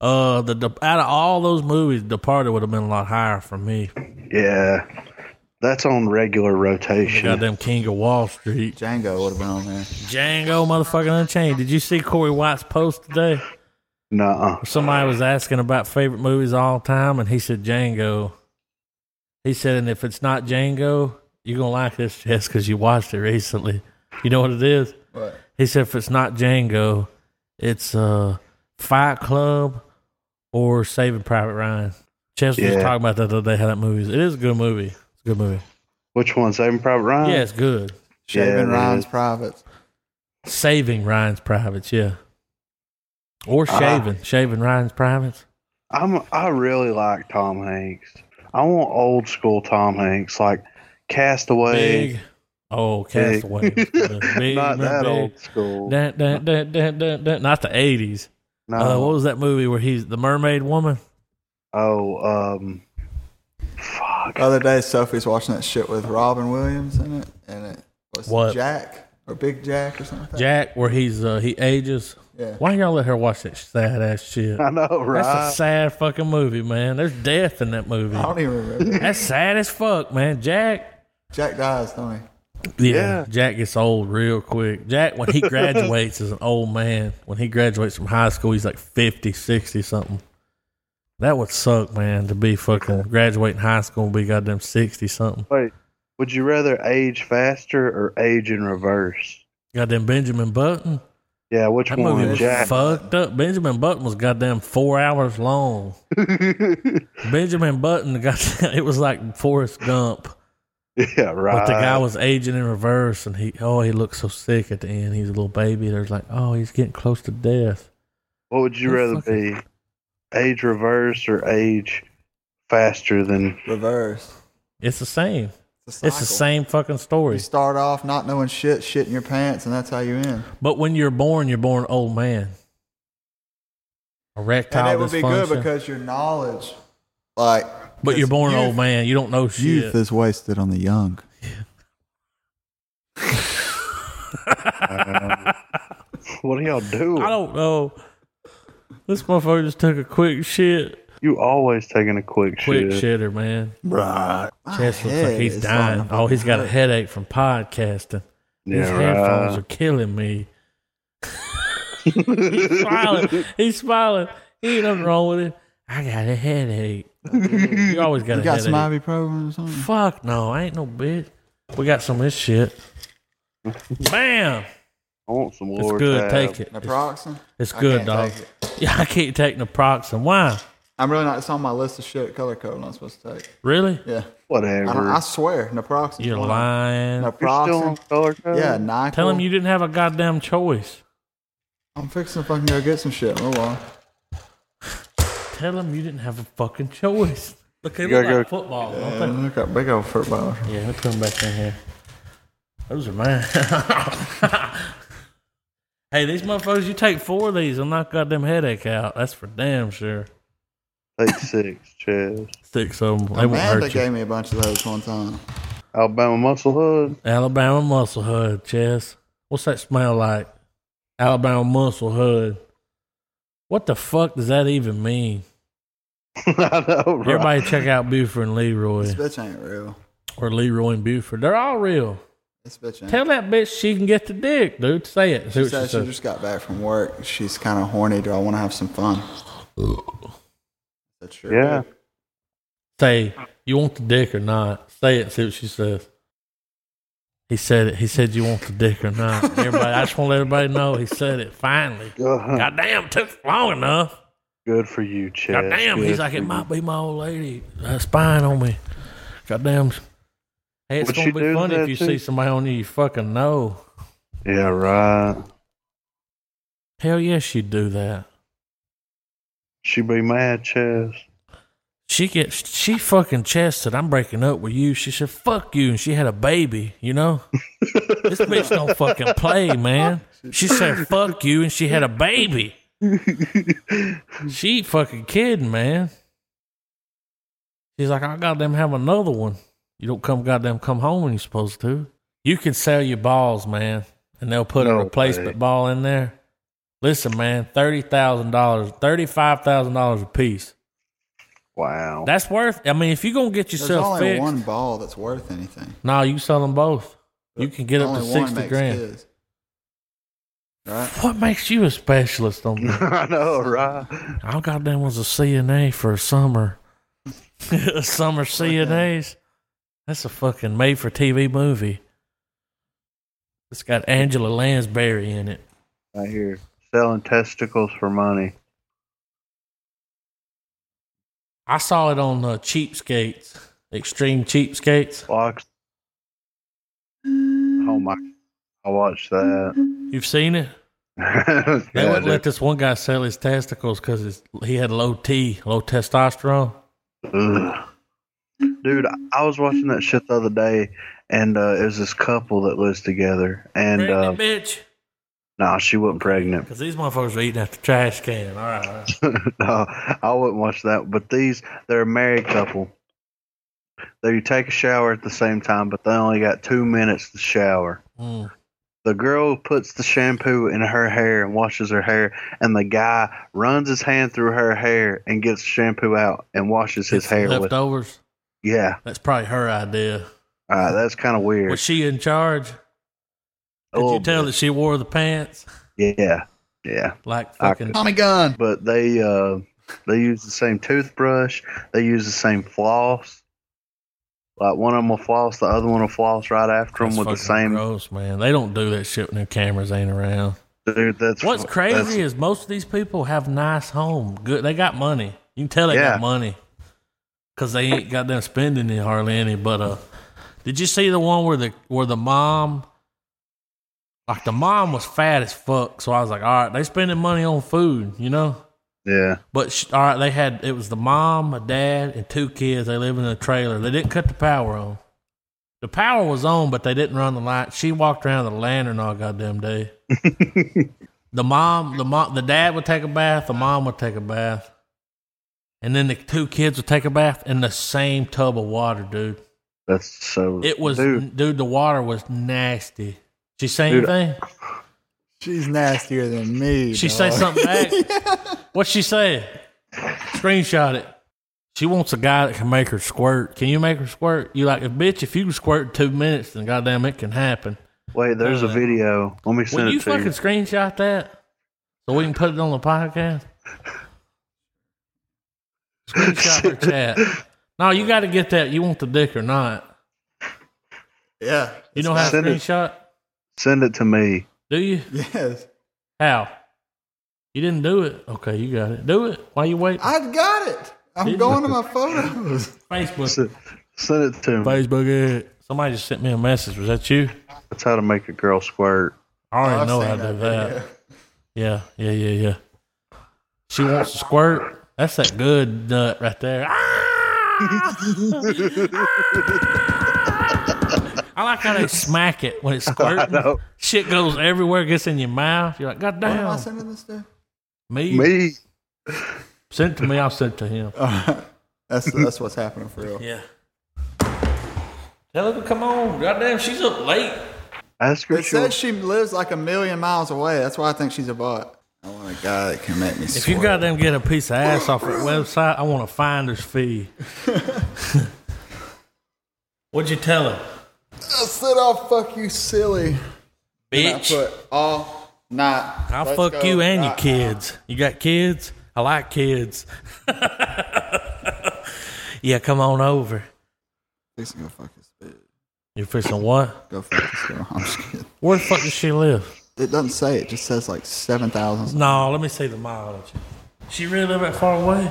S1: Uh, the, the out of all those movies, Departed would have been a lot higher for me.
S4: Yeah. That's on regular rotation.
S1: Goddamn King of Wall Street.
S2: Django would have been on there.
S1: Django motherfucking Unchained. Did you see Corey White's post today?
S4: Nuh-uh.
S1: Somebody was asking about favorite movies of all time, and he said Django. He said, and if it's not Django, you're gonna like this, Jess, because you watched it recently. You know what it is?
S2: What?
S1: He said, if it's not Django, it's uh, Fight Club or Saving Private Ryan. Chess was
S4: Yeah.
S1: just talking about that the other day. How that movie is. It is a good movie. It's a good movie.
S4: Which one? Saving Private Ryan?
S1: Yeah, it's good.
S4: Yeah, it
S2: Shaving Ryan's
S4: is.
S2: Privates.
S1: Saving Ryan's Privates. Yeah. Or
S4: Ah.
S1: shaving, shaving Ryan's privates.
S4: I'm, I really like Tom Hanks. I want old school Tom Hanks, like Castaway.
S1: Big. Oh, Castaway. Big,
S4: Not
S1: remember
S4: that
S1: Big?
S4: old school.
S1: Dun, dun, dun, dun, dun, dun. Not the eighties. Uh, what
S4: no.
S1: was that movie where he's the mermaid woman?
S4: oh, um, fuck.
S2: The other day, Sophie's watching that shit with Robin Williams in it, and it was
S1: What?
S2: Jack or Big Jack or something.
S1: Jack, where he's uh, he ages.
S2: Yeah.
S1: Why y'all let her watch that sad ass shit?
S4: I know, right?
S1: That's a sad fucking movie, man. There's death in that movie.
S2: I don't even remember.
S1: That's sad as fuck, man. Jack.
S2: Jack dies, don't he?
S1: Yeah,
S4: Yeah.
S1: Jack gets old real quick. Jack, when he graduates, is an old man. When he graduates from high school, he's like 50, 60 something. That would suck, man, to be fucking graduating high school and be goddamn 60 something.
S4: Wait, would you rather age faster or age in reverse?
S1: Goddamn Benjamin Button.
S4: Yeah, which
S1: That
S4: one?
S1: movie was
S4: Jack.
S1: fucked up. Benjamin Button was goddamn four hours long. Benjamin Button got it was like Forrest Gump,
S4: yeah, right.
S1: but the guy was aging in reverse, and he oh he looked so sick at the end. He's a little baby. There's like oh he's getting close to death.
S4: What would you
S1: Who
S4: rather
S1: fucking-
S4: be? Age reverse or age faster than
S2: Reverse.
S1: It's the same.
S2: It's, a
S1: It's the
S2: cycle.
S1: same fucking
S2: You
S1: story.
S2: start off not knowing shit, shit in your pants, and that's how you end.
S1: But when you're born, you're born old man. Erectile
S2: and it would
S1: dysfunction.
S2: be good because your knowledge, like,
S1: but you're born
S2: youth-
S1: old man. You don't know shit.
S2: Youth is wasted on the young.
S4: what are y'all doing?
S1: I don't know. This motherfucker just took a quick shit.
S4: You always taking a quick,
S1: Quick
S4: shit.
S1: shitter, man.
S2: Right.
S1: Chest looks like he's dying. Oh, he's got a headache from podcasting. His
S4: Yeah,
S1: headphones
S4: right.
S1: are killing me. he's smiling. He's smiling. He ain't nothing wrong with it. I got a headache. You always got
S2: You
S1: a
S2: got some
S1: headache.
S2: ibuprofen or something?
S1: Fuck no, I ain't no bitch. We got some of this shit. Bam!
S4: I want some
S1: It's
S4: Lord.
S1: good.
S4: Tab.
S1: Take it. It's,
S2: Naproxen?
S1: it's
S2: I
S1: good, dog.
S2: can't take
S1: Yeah, I can't take naproxen. Why?
S2: I'm really not. It's on my list of shit. Color code. I'm supposed to take.
S1: Really?
S2: Yeah. I, don't,
S4: Whatever.
S2: I swear, naproxen.
S1: You're lying.
S4: You're still on
S2: Naproxen.
S4: color code?
S2: Yeah, Nyquil.
S1: Tell him you didn't have a goddamn choice.
S2: I'm fixing to fucking go get some shit. Oh, Hold on.
S1: Tell him you didn't have a fucking choice. Look, they
S4: You
S1: look
S4: gotta
S1: like football. Don't
S2: And look at big old football.
S1: they? Yeah, we put them back in here. Those are mine. Hey, these motherfuckers, you take four of these, I'll knock goddamn headache out. That's for damn sure.
S4: Take six, Chaz.
S1: Six of them. They won't
S2: Amanda
S1: hurt you.
S2: gave me a bunch of those one time.
S4: Alabama Muscle Hood.
S1: Alabama muscle hood, Chess. What's that smell like? Alabama muscle hood. What the fuck does that even mean?
S4: I know, right?
S1: Everybody check out Buford and Leroy.
S2: This bitch ain't real.
S1: Or Leroy and Buford. They're all real.
S2: This bitch ain't.
S1: Tell that bitch she can get the dick, dude. Say it. See
S2: She
S1: what
S2: said she
S1: says.
S2: just got back from work. She's kind of horny. Do I want to have some fun? That's true.
S4: Yeah.
S1: Say, you want the dick or not? Say it. See what she says. He said it. He said, you want the dick or not? Everybody, I just want to let everybody know he said it finally.
S4: Uh-huh.
S1: Goddamn, took long enough.
S4: Good for you, Chaz.
S1: God damn,
S4: Good
S1: he's like,
S4: for
S1: it
S4: you.
S1: might be my old lady uh, spying on me. God damn. Hey, it's
S4: Would
S1: going
S4: she
S1: to be
S4: do
S1: funny if
S4: that
S1: you
S4: too?
S1: see somebody on you you fucking know.
S4: Yeah, right.
S1: Hell yeah, she'd do that.
S4: She be mad, Chaz.
S1: She gets, she fucking chested, I'm breaking up with you. She said, fuck you. And she had a baby, you know? this bitch don't fucking play, man. She said, fuck you. And she had a baby. She fucking kidding, man. She's like, I goddamn have another one. You don't come goddamn come home when you're supposed to. You can sell your balls, man, and they'll put a
S4: No
S1: replacement
S4: way.
S1: ball in there. Listen, man, thirty thousand dollars, thirty-five thousand dollars a piece.
S4: Wow.
S1: That's worth. I mean, if you're gonna get
S2: There's
S1: yourself
S2: only
S1: fixed,
S2: one ball that's worth anything.
S1: nah, you sell them both. You can get up
S2: only
S1: to
S2: one
S1: sixty
S2: makes
S1: grand.
S2: kids. Right?
S1: What makes you a specialist on that?
S4: I know, right?
S1: I goddamn was a CNA for a summer. summer CNAs. That's a fucking made for TV movie. It's got Angela Lansbury in it.
S4: I hear selling testicles for money.
S1: I saw it on uh, Cheapskates, Extreme Cheapskates.
S4: Locks. Oh my! I watched that.
S1: You've seen it?
S4: Yeah,
S1: They
S4: I
S1: wouldn't
S4: did.
S1: let this one guy sell his testicles because he had low T, low testosterone.
S4: Ugh. Dude, I was watching that shit the other day, and uh, it was this couple that lives together. And uh,
S1: Pregnant bitch.
S4: nah, she wasn't pregnant.
S1: Because these motherfuckers are eating at the trash can. All right. All right.
S4: no, I wouldn't watch that. But these, they're a married couple. They take a shower at the same time, but they only got two minutes to shower.
S1: Mm.
S4: The girl puts the shampoo in her hair and washes her hair, and the guy runs his hand through her hair and gets shampoo out and washes his
S1: It's
S4: hair with.
S1: leftovers.
S4: Yeah,
S1: That's probably her idea.
S4: uh, that's kind of weird.
S1: Was she in charge?
S4: A
S1: Did
S4: little
S1: you tell
S4: bit.
S1: that she wore the pants?
S4: Yeah, yeah.
S1: Like
S4: I
S1: fucking.
S2: Tommy gun.
S4: But they uh, they use the same toothbrush. They use the same floss. Like one of them will floss, the other one will floss right after them
S1: That's
S4: with the
S1: fucking
S4: same
S1: Gross, man. They don't do that shit when their cameras ain't around.
S4: dude. That's
S1: What's
S4: that's-
S1: crazy is most of these people have nice home. Good, they got money. You can tell they
S4: Yeah.
S1: got money because they ain't got them spending it hardly any. But uh, did you see the one where the where the mom, like the mom was fat as fuck? So I was like, all right, they spending money on food, you know.
S4: yeah,
S1: But sh- all right, they had it was the mom, a dad, and two kids. They live in a trailer. They didn't cut the power on. The power was on, but they didn't run the light. She walked around with a lantern all goddamn day. the mom, the mom, the dad would take a bath. The mom would take a bath, and then the two kids would take a bath in the same tub of water, dude.
S4: that's so.
S1: It was,
S4: dude.
S1: dude. the water was nasty. She say
S4: Dude,
S1: anything?
S2: She's nastier than me.
S1: She
S2: dog.
S1: say something back. What'd she say? Screenshot it. She wants a guy that can make her squirt. Can you make her squirt? You like, bitch, if you can squirt in two minutes, then goddamn it can happen.
S4: Wait, there's a
S1: Uh,
S4: video. Let me
S1: Will
S4: send
S1: you
S4: it to
S1: fucking
S4: you.
S1: screenshot that so we can put it on the podcast? Screenshot her chat. No, you got to get that. You want the dick or not?
S2: Yeah.
S1: You know how to
S4: Send it.
S1: screenshot?
S4: Send it to me.
S1: Do you?
S2: Yes.
S1: How? You didn't do it. Okay, you got it. Do it. Why you waiting?
S2: I got it. I'm going to my photos.
S1: Facebook.
S4: S- Send it to me.
S1: Facebook it. Somebody just sent me a message. Was that you?
S4: That's how to make a girl squirt.
S1: I already
S2: I've
S1: know
S2: Oh, seen
S1: how to do
S2: video.
S1: that. Yeah, yeah, yeah, yeah. She wants to squirt. That's that good nut Ah! right there. Ah! I like how they smack it when it's
S4: I
S1: squirting.
S4: know.
S1: Shit goes everywhere, gets in your mouth. You're like, God
S2: What am I
S1: damn.
S2: sending this to?
S1: Me,
S4: Me.
S1: Sent to me, I'll send it to him.
S2: Uh, that's that's what's happening for real.
S1: Yeah. Tell her to come on. Goddamn, she's up late.
S4: That's
S2: It
S4: good.
S2: says she lives like a million miles away. That's why I think she's a bot. I want a guy that can make me.
S1: If you goddamn get a piece of ass off that website, I want a finder's fee. What'd you tell her?
S2: I said I'll fuck you, silly. I
S1: Bitch.
S2: put all night.
S1: I'll
S2: Let's
S1: fuck
S2: go
S1: you and your
S2: right
S1: kids. You got kids? I like kids. yeah, come on over.
S2: now. Fixing to go fuck this bitch.
S1: You're fixing what?
S2: Go fuck this girl. I'm just kidding.
S1: Where the fuck does she live?
S2: It doesn't say. It just says like seven thousand.
S1: No, let me see the mileage. She really live that far away?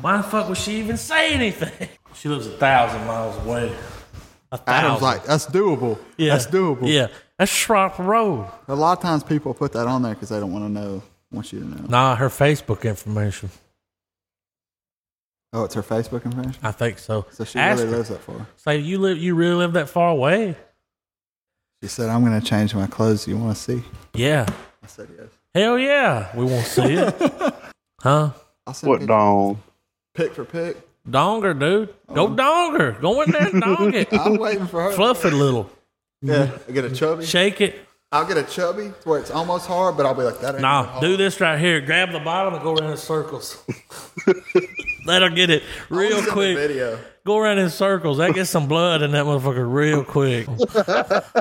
S1: Why the fuck would she even say anything? She lives a thousand miles away. A thousand.
S2: Adam's like, that's doable.
S1: yeah,
S2: That's doable.
S1: Yeah, that's Shrop Road.
S2: A lot of times people put that on there because they don't want to know. Want you to know.
S1: Nah, her Facebook information.
S2: Oh, it's her Facebook information.
S1: I think so.
S2: So she
S1: Ask
S2: really
S1: her.
S2: lives that far.
S1: Say you live, you really live that far away?
S2: She said, "I'm going to change my clothes. You want to see?"
S1: Yeah.
S2: I said yes.
S1: Hell yeah, we won't see it, huh?
S2: I said
S4: What
S2: pick,
S4: dong?
S2: pick for pick.
S1: Donger, dude, go donger, go in there and dong it,
S2: I'm waiting for her.
S1: fluff it a little,
S2: Yeah, I get a chubby.
S1: shake it.
S2: I'll get a chubby to where it's almost hard, but I'll be like that. Ain't
S1: Nah, do this right here. Grab the bottom and go around in circles. That'll get it
S2: I wanna
S1: real
S2: send the
S1: quick.
S2: video.
S1: Go around in circles. That gets some blood in that motherfucker real quick.
S2: All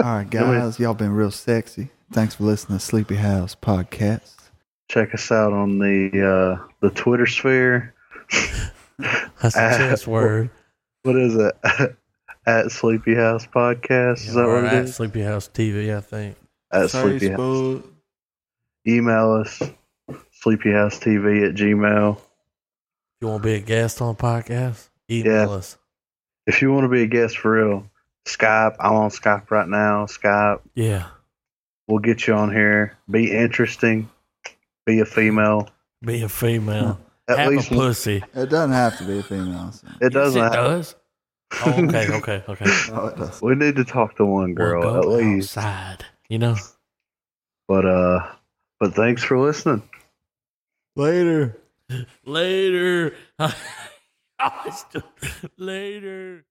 S2: right, guys, y'all been real sexy. Thanks for listening to Sleepy House podcast.
S4: Check us out on the uh, the Twitter sphere.
S1: That's a
S4: Uh,
S1: chess word.
S4: What is it? at Sleepy House Podcast. is that
S1: Or
S4: what it
S1: at
S4: is?
S1: Sleepy House TV, I think.
S4: At Sleepy House. Email us sleepyhousetv at gmail.
S1: You want to be a guest on a podcast? Email
S4: Yeah.
S1: us.
S4: If you want to be a guest for real, Skype. I'm on Skype right now. Skype.
S1: Yeah.
S4: We'll get you on here. Be interesting. Be a female.
S1: Be a female.
S4: At
S1: Have
S4: least
S1: a pussy.
S2: It doesn't have to be a female. So.
S1: Yes,
S4: it doesn't.
S1: it
S4: have-
S1: does. Oh, okay, okay, okay.
S2: Oh, it does.
S4: We need to talk to one girl
S1: We'll
S4: at
S1: go
S4: least.
S1: outside. You know.
S4: But uh, but thanks for listening.
S2: Later.
S1: Later. I was just- Later.